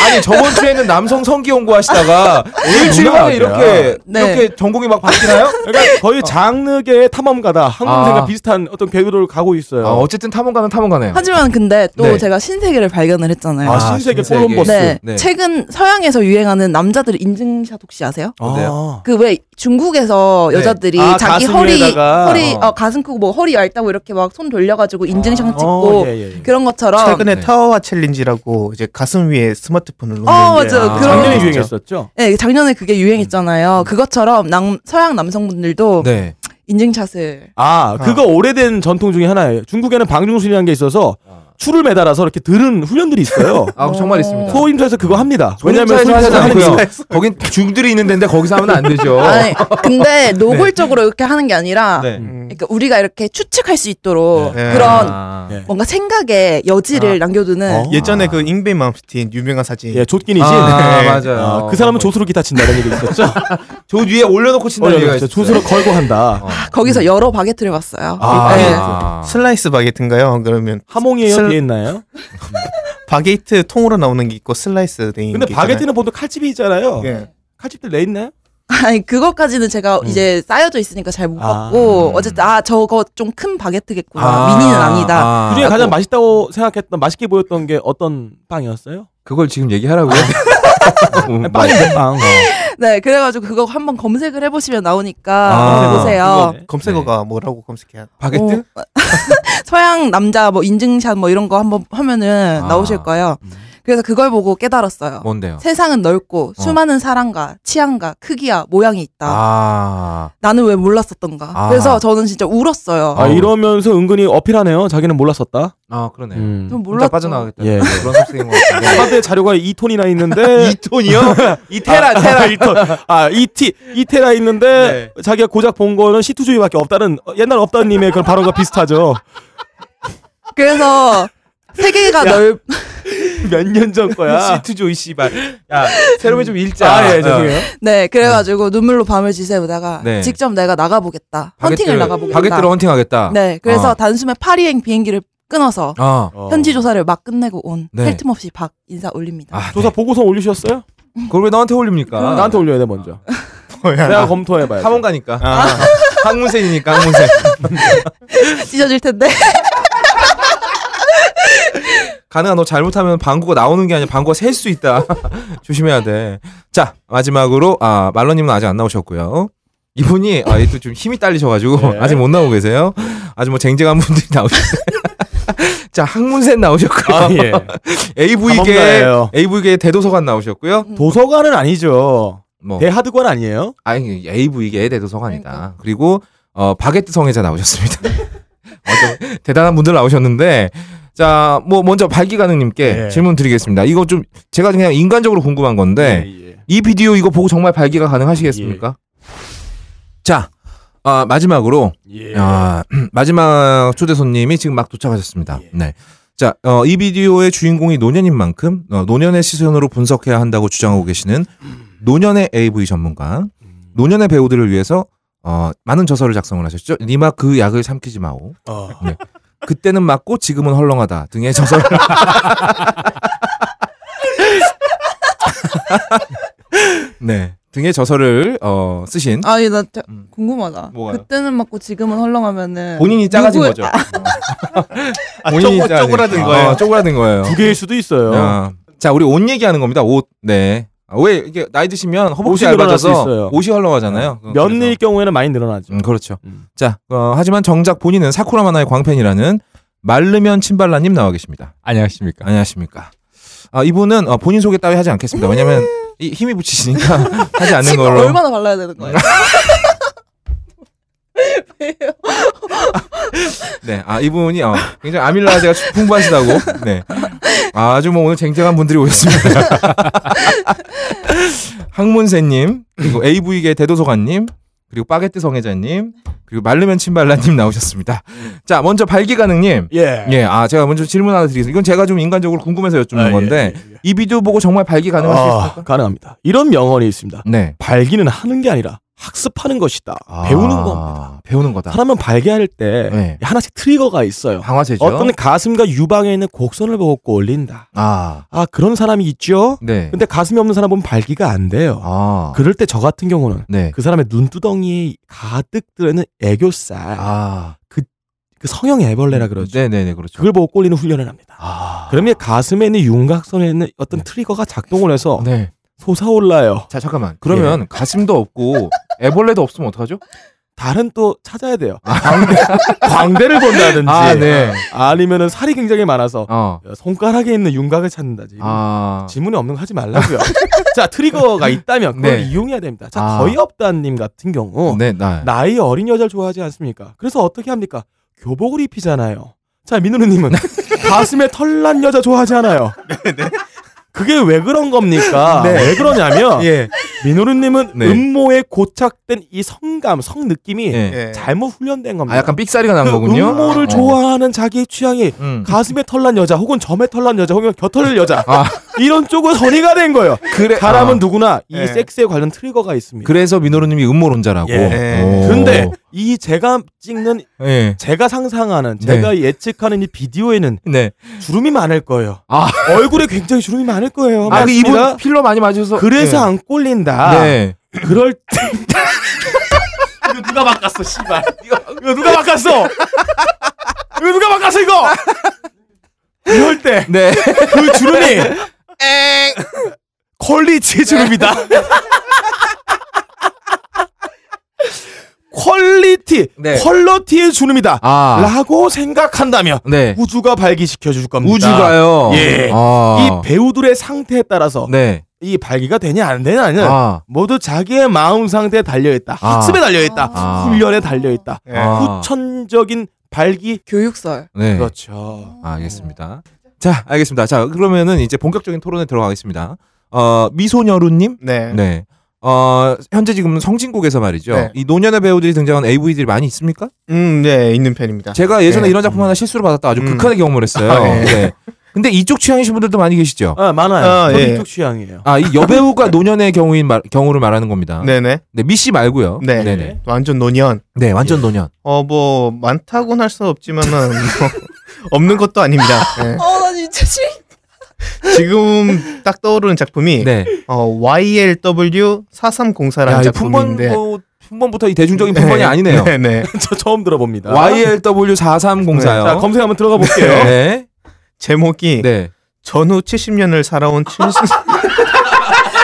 아니 저번 주에는 남성 성기 연구하시다가 일주일 문화가 만에 이렇게 네. 이렇게 전공이 막 바뀌나요? 그러니까 거의 장르계의 탐험가다. 항공생과 어. 아. 비슷한 어떤 궤도를 가고 있어요. 아, 어쨌든 탐험가는 탐험가네요. 하지만 근데 또 네. 제가 신세계를 발견을 했잖아요. 아, 신세계 신세계. 콜럼버스. 네, 네. 최근 서양에서 유행하는 남자들 인증샷 혹시 아세요? 어때요? 그 왜 중국에서 네. 여자들이 아, 자기 가슴 허리 위에다가. 허리 어. 어, 가슴 크고 뭐 허리 얇다고 이렇게 막 손 돌려가지고 인증샷 찍고 어, 예, 예, 예. 그런 것처럼 최근에 네. 타워와 챌린지라고 이제 가슴 위에 스마트폰을 놓는 어, 게 맞아요. 아, 그런 작년에 진짜. 유행했었죠. 네, 작년에 그게 유행했잖아요. 그것처럼 남, 서양 남성분들도 네. 인증샷을 아, 그거 오래된 전통 중에 하나예요. 중국에는 방중술이라는 게 있어서 추를 매달아서 이렇게 들은 훈련들이 있어요. *laughs* 아 정말 있습니다. 소임사에서 그거 합니다. 왜냐면 소임사에서 소임사에서 하지 하는 않고요. 이유. 거긴 중들이 있는 데인데 거기서 하면 안 되죠. *laughs* 아니, 근데 노골적으로 이렇게 하는 게 아니라 네. 음. 그러니까 우리가 이렇게 추측할 수 있도록 네. 그런 아. 네. 뭔가 생각의 여지를 남겨두는 어? 예전에 그 잉베이 맘스틴 유명한 사진 예, 좆기니신. 아, 네. 맞아요. 아, 그 사람은 조수로 기타 친다는 얘기 있었죠. *laughs* 조 위에 올려놓고 친다는 얘기가 있어요. 어. 조수로 걸고 한다. *laughs* 거기서 여러 바게트를 봤어요. 아, 네. 아. 슬라이스 바게트인가요? 그러면 하몽이에요, 슬- 뒤에 있나요? 바게트 통으로 나오는 게 있고 슬라이스 된 근데 게 바게트는 보통 칼집이 있잖아요. 있잖아요. 예. 칼집들 내 있나요? 아니 그것까지는 제가 이제 쌓여져 있으니까 잘 못 아. 봤고 어쨌든 아 저거 좀 큰 바게트겠구나 아. 미니는 아니다. 아. 그중에 가장 맛있다고 생각했던 맛있게 보였던 게 어떤 빵이었어요? 그걸 지금 얘기하라고요? 어, 너무 많이- 빵인데 빵. 네 그래가지고 그거 한번 검색을 해보시면 나오니까 아. 보세요. 그거네. 검색어가 뭐라고 검색해야 바게트? 어, 서양 남자 뭐 인증샷 뭐 이런 거 한번 하면은 아. 나오실 거예요. 그래서 그걸 보고 깨달았어요. 뭔데요? 세상은 넓고 어. 수많은 사랑과 취향과 크기와 모양이 있다. 아. 나는 왜 몰랐었던가. 아. 그래서 저는 진짜 울었어요. 아, 이러면서 은근히 어필하네요. 자기는 몰랐었다. 아 그러네. 좀 혼자 몰랐죠. 빠져나가겠다. 예. 그런 속성인 것 같은데. 카드에 자료가 *laughs* 2톤이나 있는데 2톤이요? 이 테라 테라 1톤. 네. 아, 2티 2테라 있는데 자기가 고작 본 거는 시투주의밖에 없다는 어, 옛날 없다는 님의 그런 발언과 비슷하죠. 그래서 *laughs* 세계가 넓. *laughs* 몇 년 전 아, *laughs* 거야. 시트조 이뭐 씨발. 야 새로운 좀 읽자. 어. 아, 예, 죄송해요. 네, 그래가지고 눈물로 밤을 지새우다가 네. 직접 내가 나가보겠다. 헌팅을 나가보겠다. 바게트로 헌팅하겠다. 네, 그래서 어. 단숨에 파리행 비행기를 끊어서 아. 현지 조사를 막 끝내고 온 네. 헬틈없이 박 인사 올립니다. 아 조사 보고서 올리셨어요? 그걸 왜 나한테 올립니까? 나한테 올려야 돼 먼저. 아. 내가 검토해 음. 봐야 돼. 탐험가니까. 아. 항문센이니까 항문센. 아. *laughs* *laughs* 찢어질 텐데. 가능한 너 잘못하면 방구가 나오는 게 아니라 방구가 셀 수 있다. *laughs* 조심해야 돼. 자 마지막으로 아 말러님은 아직 안 나오셨고요. 이분이 아 또 좀 힘이 딸리셔가지고 네. 아직 못 나오고 계세요. 아주 뭐 쟁쟁한 분들이 나오셨어요. *laughs* 자 항문센 나오셨고요. 아, 예. AV계 탐험가예요. AV계 대도서관 나오셨고요. 음. 도서관은 아니죠. 뭐 대하드관 아니에요? 아니 AV계 대도서관이다. 그리고어 바게트 성애자 나오셨습니다. *laughs* 어, 좀 대단한 분들 나오셨는데 자 뭐 먼저 발기가능님께 예. 질문 드리겠습니다. 이거 좀 제가 그냥 인간적으로 궁금한 건데 예, 예. 이 비디오 이거 보고 정말 발기가 가능하시겠습니까? 자 아, 마지막으로 예. 아, *clears throat* 마지막 초대 손님이 지금 막 도착하셨습니다. 네. 자, 어, 이 비디오의 주인공이 노년인 만큼 어, 노년의 시선으로 분석해야 한다고 주장하고 계시는 노년의 AV 전문가, 노년의 배우들을 위해서 어, 많은 저서를 작성을 하셨죠. 니마 그 약을 삼키지 마오. 어. 네. 그때는 맞고 지금은 헐렁하다 등의 저서를 *laughs* 네 등의 저서를 어, 쓰신 아니, 나 자- 음. 궁금하다. 뭐가요? 그때는 맞고 지금은 헐렁하면은. 본인이 짜가진 누구의- 거죠. 어. 아, 아, 본인이 쪼- 짜야 쪼그라든 되니까. 거예요. 어, 쪼그라든 거예요. 아, 두 개일 수도 있어요. 야. 자, 우리 옷 얘기하는 겁니다. 옷. 네. 아, 왜 이게 나이 드시면 허벅지 옷이 늘어날 수 얇아져서 있어요. 옷이 헐렁하잖아요. 그래서. 면일 경우에는 많이 늘어나죠. 음, 그렇죠. 음. 자, 어, 하지만 정작 본인은 사쿠라 만화의 광팬이라는 말르면 침발라님 나와 계십니다. 안녕하십니까. 안녕하십니까. 아, 이분은 어, 본인 소개 따위 하지 않겠습니다. 왜냐면 이 힘이 붙이시니까 *laughs* 하지 않는 침을 걸로. 얼마나 발라야 *laughs* 되는 거예요? *laughs* 왜요? 네, 아 이분이 어, 굉장히 아밀라제가 풍부하시다고. 네, 아주 뭐 오늘 쟁쟁한 분들이 오셨습니다. *laughs* 항문세님 그리고 AV계 대도서관님 그리고 빠게트 성애자님, 그리고 말르면 침발라님 나오셨습니다. 자, 먼저 발기가능님. 예. 예, 아, 제가 먼저 질문 하나 드리겠습니다. 이건 제가 좀 인간적으로 궁금해서 여쭙는 아, 예, 건데, 이 비디오 보고 정말 발기 가능할 수 아, 있을까? 가능합니다. 이런 명언이 있습니다. 네. 발기는 하는 게 아니라 학습하는 것이다. 배우는 아, 겁니다. 배우는 거다. 사람은 발기할 때 네. 아, 하나씩 트리거가 있어요. 방화제죠. 어떤 가슴과 유방에 있는 곡선을 보고 올린다. 아, 아 그런 사람이 있죠. 네. 근데 가슴이 없는 사람은 발기가 안 돼요. 아, 그럴 때 저 같은 경우는 네. 그 사람의 눈두덩이에 가득 들어있는 애교살, 아, 그 성형 애벌레라 그러죠. 네, 네, 네, 그렇죠. 그걸 보고 꼴리는 훈련을 합니다. 아, 그러면 가슴에 있는 윤곽선에 있는 어떤 트리거가 작동을 해서 네. 솟아올라요. 자, 잠깐만. 그러면 가슴도 없고 애벌레도 없으면 어떡하죠? 다른 또 찾아야 돼요. *laughs* 광대, 를 본다든지, 아, 네. 니면은 살이 굉장히 많아서 어. 손가락에 있는 윤곽을 찾는다지. 아. 지문이 없는 거 하지 *laughs* 말라고요. 자 트리거가 있다면 그걸 네. 이용해야 됩니다. 자 아. 거의 없다님 같은 경우 네, 나. 나이 어린 여자를 좋아하지 않습니까? 그래서 어떻게 합니까? 교복을 입히잖아요. 자, *laughs* 민우누님은 가슴에 털난 여자 좋아하지 않아요. 그게 왜 그런 겁니까? 네. 왜 그러냐면 예. 민우누님은 네. 음모에 고착된 이 성감, 성 느낌이 예. 예. 잘못 훈련된 겁니다. 아, 약간 삑사리가 그 난 거군요. 음모를 어. 좋아하는 자기의 취향이 음. 가슴에 털난 여자, 혹은 점에 털난 여자, 혹은 겨털 여자 아. 이런 쪽은 선의가 된 거예요. 그래. 사람은 아, 누구나 이 예. 섹스에 관련 트리거가 있습니다. 그래서 민호루 님이 음모론자라고. 예. 오. 근데 이 제가 찍는 예. 제가 상상하는 네. 제가 예측하는 이 비디오에는 네. 주름이 많을 거예요. 아. 얼굴에 굉장히 주름이 많을 거예요. 아, 그 맞습니다. 이분 필러 많이 맞으셔서 어, 그래서 예. 안 꼴린다. 네. 그럴 때 *laughs* 이거 누가 바꿨어, 씨발. 이거, 이거 누가 바꿨어? 이거 누가 바꿨어 이거? 이럴 때 그 네. 주름이 에 퀄리티 주름이다. 네. 퀄리티, 네. 퀄러티의 주름이다. 아. 라고 생각한다면 네. 우주가 발기시켜 줄 겁니다. 우주가요. 예. 아. 이 배우들의 상태에 따라서 네. 이 발기가 되냐 안 되냐는 아. 모두 자기의 마음 상태에 달려 있다. 아. 학습에 달려 있다. 아. 훈련에 달려 있다. 예. 아. 후천적인 발기 교육설. 네. 그렇죠. 알겠습니다. 자, 알겠습니다. 자, 그러면은 이제 본격적인 토론에 들어가겠습니다. 어, 미소녀루님? 네. 네. 어, 현재 지금 성진국에서 말이죠. 네. 이 노년의 배우들이 등장한 AV들이 많이 있습니까? 음, 네, 있는 편입니다. 제가 예전에 네. 이런 작품 하나 실수로 받았다 아주 음. 극한의 경험을 했어요. 아, 네. 네. 근데 이쪽 취향이신 분들도 많이 계시죠? 아, 많아요. 아, 저도 예. 이쪽 취향이에요. 아, 이 *laughs* 여배우가 노년의 경우인 말, 경우를 말하는 겁니다. 네. 네네. 미씨 말고요. 네. 어, 네네. 완전 노년. 네, 완전 노년. 어, 뭐, 많다고는 할 수 없지만은, 뭐, *laughs* 없는 것도 아닙니다. 예. 어, 나 진짜 싫. 지금 딱 떠오르는 작품이, 네. 어, YLW4304라는 야, 이 작품인데. 품번, 품번부터 이 대중적인 품번이 네. 아니네요. 네네. 저 처음 들어봅니다. 네. 네. 자, YLW4304요. 검색 한번 들어가 볼게요. *laughs* 네. 제목이, 네. 전후 *laughs* 70년을 살아온 70,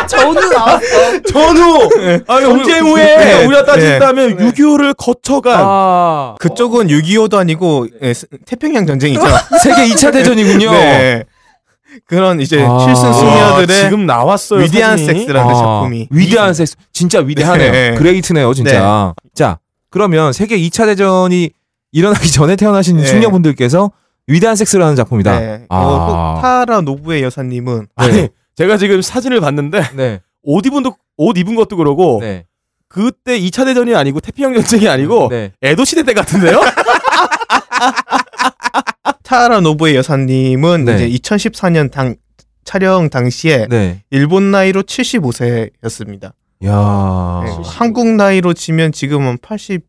저는 나왔어. 전후 아니 언제 후에 네. 우리가 예. 따진다면 6.25를 거쳐간 아. 그쪽은 6.25도 아니고, 예, 스- 태평양 *laughs* 전쟁이죠. 세계 2차 대전이군요. 네. 그런 이제 아. 칠순 와, 숙녀들의 지금 나왔어요. 위대한 사진이. 섹스라는 작품이. 위대한 섹스. 진짜 위대하네요. 네. 그레이트네요, 진짜. 자, 그러면 세계 2차 대전이 일어나기 *laughs* 전에 태어나신 네. 숙녀분들께서 위대한 섹스라는 작품이다. 네. 아. 어, 타라 노부의 여사님은 아니 제가 지금 사진을 봤는데 네. 옷 입은 도옷 입은 것도 그러고 네. 그때 2차 대전이 아니고 태평양 전쟁이 아니고 네. 에도 시대 *laughs* 때 같은데요? 타라 노부의 여사님은 네. 이제 2014년 당 촬영 당시에 네. 일본 나이로 75세였습니다. 야. 네. 한국 나이로 치면 지금은 80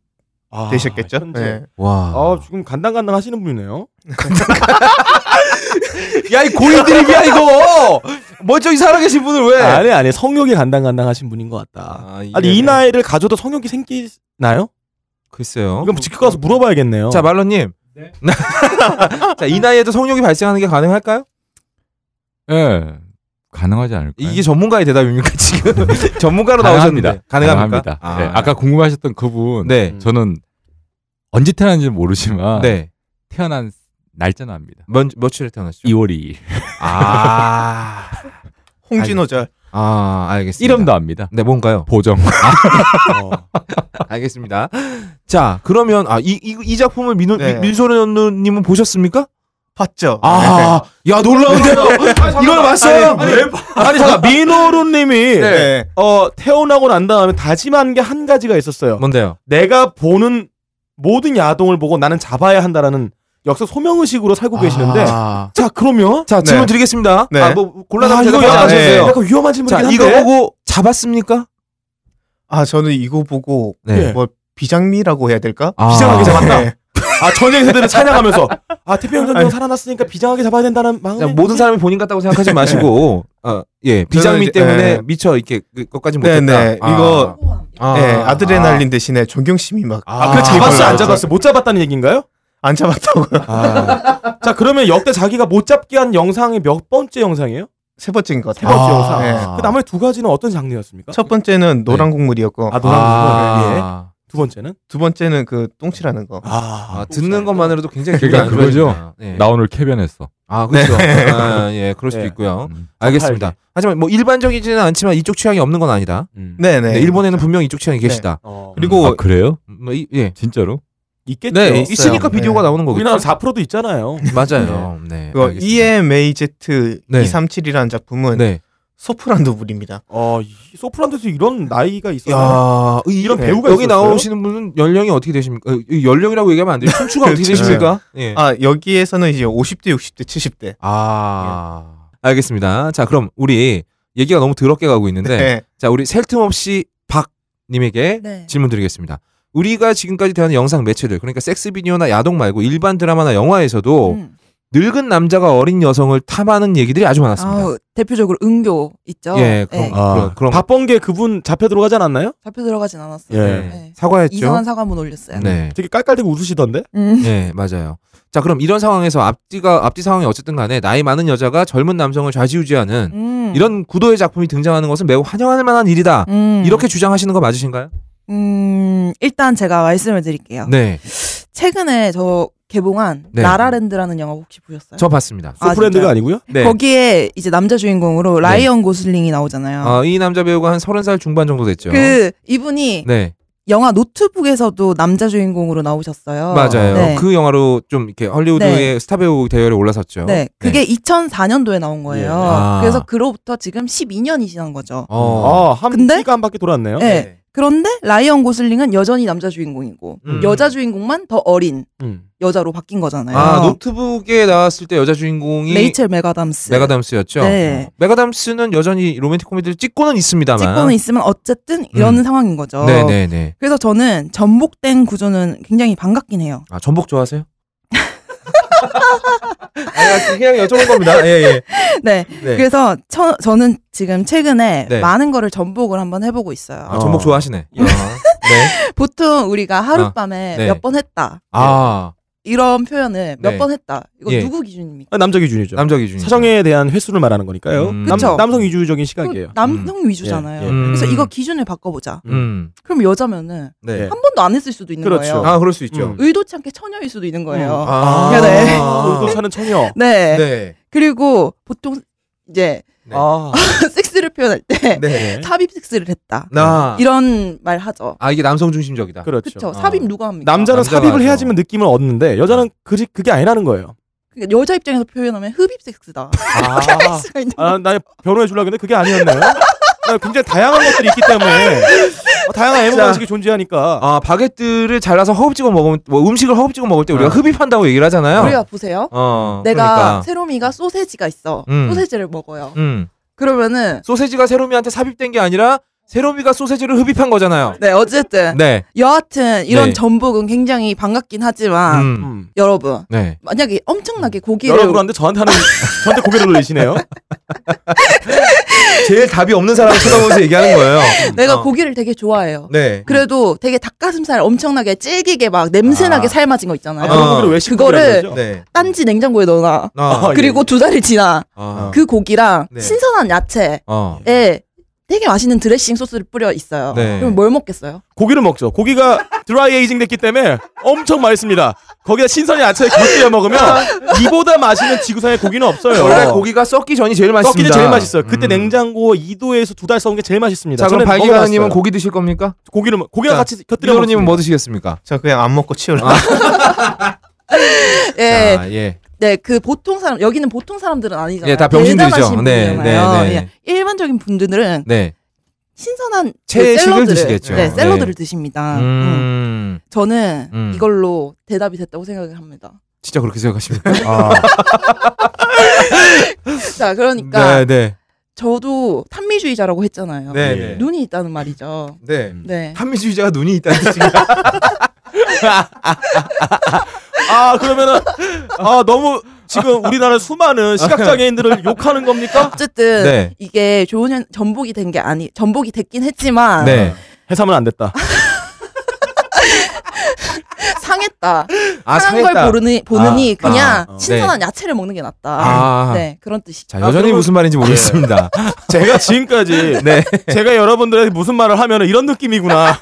어. 아, 되셨겠죠? 현재. 네. 와. 아 지금 간당간당 하시는 분이네요. 야, 이 고인 드립이야, 이거! 멀쩡히 살아계신 분을 왜! 아니 아니 성욕이 간당간당 하신 분인 것 같다. 네. 아, 아니 이 나이를 가져도 성욕이 생기나요? 글쎄요. 이건 직접 가서 물어봐야겠네요. 어, 자, 말로님. *laughs* 자, 이 나이에도 성욕이 발생하는 게 가능할까요? 예. 가능하지 않을까요? 이게 전문가의 대답입니까, *laughs* 지금? 전문가로 나오셨는데. 가능합니까? 가능합니다. 예, 아까 궁금하셨던 그분 네. 저는 언제 태어난지 는 모르지만 네. 태어난 날짜는 압니다. 몇, 며칠에 태어났죠? 2월 2일. 아. 홍진호절. 아, 알겠습니다. 이름도 압니다. 네, 뭔가요? 보정. 어. *laughs* 알겠습니다. 자, 그러면, 아, 이, 이, 이 작품을 민호, 네. 민소련님은 보셨습니까? 팠죠. 아, 야 놀라운데요. 이걸 봤어요? 네. 아니, 아니 잠깐 민호루님이 네. 네. 어 태어나고 난 다음에 다짐한 게 한 가지가 있었어요. 뭔데요? 내가 보는 모든 야동을 보고 나는 잡아야 한다라는 역사 소명 의식으로 살고 계시는데 아. 자 그러면 자 질문 네. 드리겠습니다. 네. 아 뭐 골라서 아, 이거 네. 대답 약간, 안 하셨어요. 어, 네. 약간 위험한 질문이긴 자 한데 이거 보고 잡았습니까? 아 저는 이거 보고 네. 뭐 비장미라고 해야 될까? 아. 비장하게 잡았다. 네. 아 전쟁 세대를 찬양하면서 아 태평양 전쟁 살아났으니까 비장하게 잡아야 된다는 자, 마음에 모든 사람이 본인 같다고 생각하지 마시고 어, 예 비장미 이제- 때문에 예. 미처 이렇게 그것까지 *laughs* 네, 못했다. 네. 이거- 아, 네, 아드레날린 대신에 존경심이 막. 아, 그 잡았어 안 잡았어 못 잡았다는 얘기인가요? 안 잡았다고요. *laughs* 자 그러면 역대 자기가 못 잡게 한 영상이 몇 번째 영상이에요? 세 번째인 것 세 같아요. 번째 아. 영상. 네. 그 나머지 두 가지는 어떤 장르였습니까? 첫 번째는 노란 국물이었고 아 노란 아. 예. 아, 두 번째는 두 번째는 그 똥칠하는 거. 아, 듣는 것만으로도 굉장히 그러니까 기분이 안 좋아지구나. 예. 나 오늘 캐변했어. 아 그렇죠. 아, 예 그럴 수도 네. 있고요. 음. 알겠습니다. 하지만 뭐 일반적이지는 않지만 이쪽 취향이 없는 건 아니다. 네네. 네, 일본에는 분명 이쪽 취향이 네. 계시다. 어, 그리고 아, 그래요? 뭐 이, 예. 진짜로? 있겠죠. 네, 있으니까 네. 비디오가 나오는 거겠죠. 우리나라 4%도 있잖아요. 맞아요. 네. 그거 알겠습니다. 네. EMAZ237이라는 작품은 네. 소프란도 물입니다. 어, 이 소프란데서 이런 나이가 있어요. 야, 이- 이런 네. 배우가 여기 있었어요? 나오시는 분은 연령이 어떻게 되십니까? 어, 이 연령이라고 얘기하면 안 돼요. 춤추가 어떻게 그렇죠. 되십니까? 네. 예. 아 여기에서는 이제 50대, 60대, 70대. 아. 알겠습니다. 자, 그럼 우리 얘기가 너무 더럽게 가고 있는데 네. 자, 우리 셀 틈 없이 박 님에게 네. 질문 드리겠습니다. 우리가 지금까지 대한 영상 매체들 그러니까 섹스 비디오나 야동 말고 일반 드라마나 영화에서도 음. 늙은 남자가 어린 여성을 탐하는 얘기들이 아주 많았습니다. 아우, 대표적으로 은교 있죠. 예, 그럼 네, 그럼, 그럼 아, 바쁜 게 그분 잡혀 들어가지 않았나요? 잡혀 들어가진 않았어요. 예. 네. 네. 사과했죠. 이상한 사과문 올렸어요. 네. 되게 깔깔대고 웃으시던데? 음. 네, 맞아요. 자, 그럼 이런 상황에서 앞뒤가 앞뒤 상황이 어쨌든 간에 나이 많은 여자가 젊은 남성을 좌지우지하는 음. 이런 구도의 작품이 등장하는 것은 매우 환영할 만한 일이다. 음. 이렇게 주장하시는 거 맞으신가요? 음, 일단 제가 말씀을 드릴게요. 네, 최근에 저 개봉한 네. 라라랜드라는 영화 혹시 보셨어요? 저 봤습니다. 아, 소프랜드가 진짜요? 아니고요? 네. 거기에 이제 남자 주인공으로 라이언 고슬링이 나오잖아요. 아, 이 남자 배우가 한 서른 살 중반 정도 됐죠. 그 이분이 네, 영화 노트북에서도 남자 주인공으로 나오셨어요. 맞아요. 네. 그 영화로 좀 이렇게 헐리우드의 스타 배우 대열에 올라섰죠. 네, 그게 2004년도에 나온 예. 거예요. 아. 그래서 그로부터 지금 12년이 지난 거죠. 어, 어, 한 근데- 끼가 한 바퀴 그렇죠? 돌았네요. 네. 그런데 라이언 고슬링은 여전히 남자 주인공이고 음. 여자 주인공만 더 어린 음. 여자로 바뀐 거잖아요. 아 노트북에 나왔을 때 여자 주인공이 어. 레이첼 메가담스. 메가담스였죠. 네. 메가담스는 여전히 로맨틱 코미디를 찍고는 있습니다만. 찍고는 있으면 어쨌든 이런 음. 상황인 거죠. 네네네. 그래서 저는 전복된 구조는 굉장히 반갑긴 해요. *laughs* 아 전복 좋아하세요? *laughs* 아 그냥 여쭤본 겁니다. 예예. 네. 네. 그래서 처- 저는 지금 최근에 네. 많은 거를 전복을 한번 해보고 있어요. 아, 전복 좋아하시네. 예. 아, 네. 보통 우리가 하룻밤에 아, 네. 몇 번 했다. 아 이런 표현을 몇 네. 번 했다. 이거 예. 누구 기준입니까? 아, 남자 기준이죠. 남자 기준. 사정에 대한 횟수를 말하는 거니까요. 음. 남, 그쵸. 남성 위주적인 그 시각이에요. 남성 위주잖아요. 예, 예. 음. 그래서 이거 기준을 바꿔보자. 음. 그럼 여자면은 네. 한 번도 안 했을 수도 있는 그렇죠. 거예요. 아 그럴 수 있죠. 음. 의도치 않게 처녀일 수도 있는 거예요. 음. 아. 그래. 또 사는 처녀. 네. 네. 그리고 보통 이제 *laughs* 네. 아. 섹스를 표현할 때 네. 삽입 섹스를 했다. 나. 이런 말 하죠. 아 이게 남성 중심적이다. 그렇죠. 그렇죠. 아. 삽입 누가 합니까? 남자는 남자가 삽입을 하죠. 아. 해야지만 느낌을 얻는데 여자는 그지, 그게 아니라는 거예요. 그러니까 여자 입장에서 표현하면 흡입 섹스다. *laughs* 이렇게 할 아, 수가 있는 *laughs* 아, 나 변호해 주려고 했는데 그게 아니었네요. 나 굉장히 다양한 것들이 있기 때문에 어, 다양한 애무 자. 방식이 존재하니까 아 바게트를 잘라서 허겁지겁 먹으면 뭐 음식을 허겁지겁 먹을 때 우리가 아. 흡입한다고 얘기를 하잖아요. 우리가 보세요. 어. 내가 그러니까. 세롬이가 소세지가 있어. 음. 소세지를 먹어요. 음. 그러면은 소세지가 세로미한테 삽입된 게 아니라 세로미가 소세지를 흡입한 거잖아요. 네 어쨌든 네. 여하튼 이런 네. 전복은 굉장히 반갑긴 하지만 음. 음. 여러분 네. 만약에 엄청나게 고기를 여러분한테 저한테 하는 저한테 고개를 돌리시네요. 제일 답이 없는 사람을 쳐다보면서 얘기하는 거예요. 내가 어. 고기를 되게 좋아해요. 네. 그래도 되게 닭가슴살 엄청나게 질기게 막 냄새나게 아. 삶아진 거 아, 있잖아요. 그런 고개를 왜 그거를- 그거를 네. 딴지 냉장고에 넣어놔. 아, 아, 그리고 두 달이 지나 아, 그 고기랑 네. 신선한 야채에 어. 되게 맛있는 드레싱 소스를 뿌려 있어요. 네. 그럼 뭘 먹겠어요? 고기를 먹죠. 고기가 드라이 에이징 됐기 때문에 엄청 맛있습니다. 거기다 신선의 야채를 *laughs* 곁들여 먹으면 이보다 맛있는 지구상에 고기는 없어요. 원래 고기가 썩기 전이 제일 맛있습니다. 썩기는 제일 맛있어요. 음. 그때 냉장고 2도에서 두 달 써온 게 제일 맛있습니다. 자, 그럼 저는 발기가님은 먹어봤어요. 고기 드실 겁니까? 고기를 먹- 고기랑 자, 같이 곁들여 띠로님은 먹으면 뭐 드시겠습니까? 저 그냥 안 먹고 치울라. 예. 아, 자, 예. 네, 그 보통 사람 여기는 보통 사람들은 아니잖아요. 예, 다 병신들이죠. 대단하신 네, 분들이잖아요. 네, 네. 예, 일반적인 분들은 네. 신선한 그 채식을 샐러드를 드시겠죠. 네, 샐러드를 네. 드십니다. 음. 음. 저는 음. 이걸로 대답이 됐다고 생각을 합니다. 진짜 그렇게 생각하십니까? 자, *laughs* 그러니까 네, 네. 저도 탄미주의자라고 했잖아요. 네, 예. 네. 눈이 있다는 말이죠. 네. 음. 네. 한미주의자가 눈이 있다는 뜻인가? *laughs* 아 그러면은 뭐- 아 너무 지금 *laughs* 우리나라 수많은 시각장애인들을 욕하는 겁니까? 어쨌든 네. 이게 좋은 현- 전복이 된 게 아니 전복이 됐긴 했지만 네. 해삼은 안 됐다. 상했다. 아, 상한 상했다. 걸 보느니, 보느니 아, 그냥 아, 어. 신선한 야채를 먹는 게 낫다. 아. 네 그런 뜻이죠. 자, 여전히 그러면- 네. 무슨 말인지 *laughs* 모르겠습니다. 제가 지금까지 네. 제가 여러분들한테 무슨 말을 하면 이런 느낌이구나.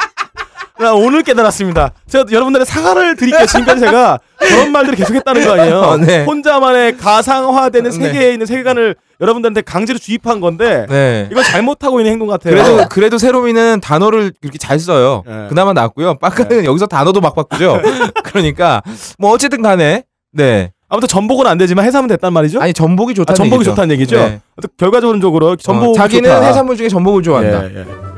나 오늘 깨달았습니다. 제가 여러분들의 사과를 드릴게요. 지금까지 제가 그런 말들을 계속했다는 거 아니에요. 어, 네. 혼자만의 가상화되는 네. 세계에 있는 세계관을 여러분들한테 강제로 주입한 건데 네. 이건 잘못하고 있는 행동 같아요. 그래도 그래도 세로미는 단어를 이렇게 잘 써요. 네. 그나마 낫고요. 빠까는 여기서 단어도 막 *laughs* 바꾸죠. 그러니까 뭐 어쨌든 간에 네. 아무튼 전복은 안 되지만 해삼은 됐단 말이죠. 아니 전복이 아, 좋다는 전복이 얘기죠. 좋다는 얘기죠. 네. 아무튼 결과적으로 전복 어, 자기는 좋다. 해산물 중에 전복을 좋아한다. 예, 예.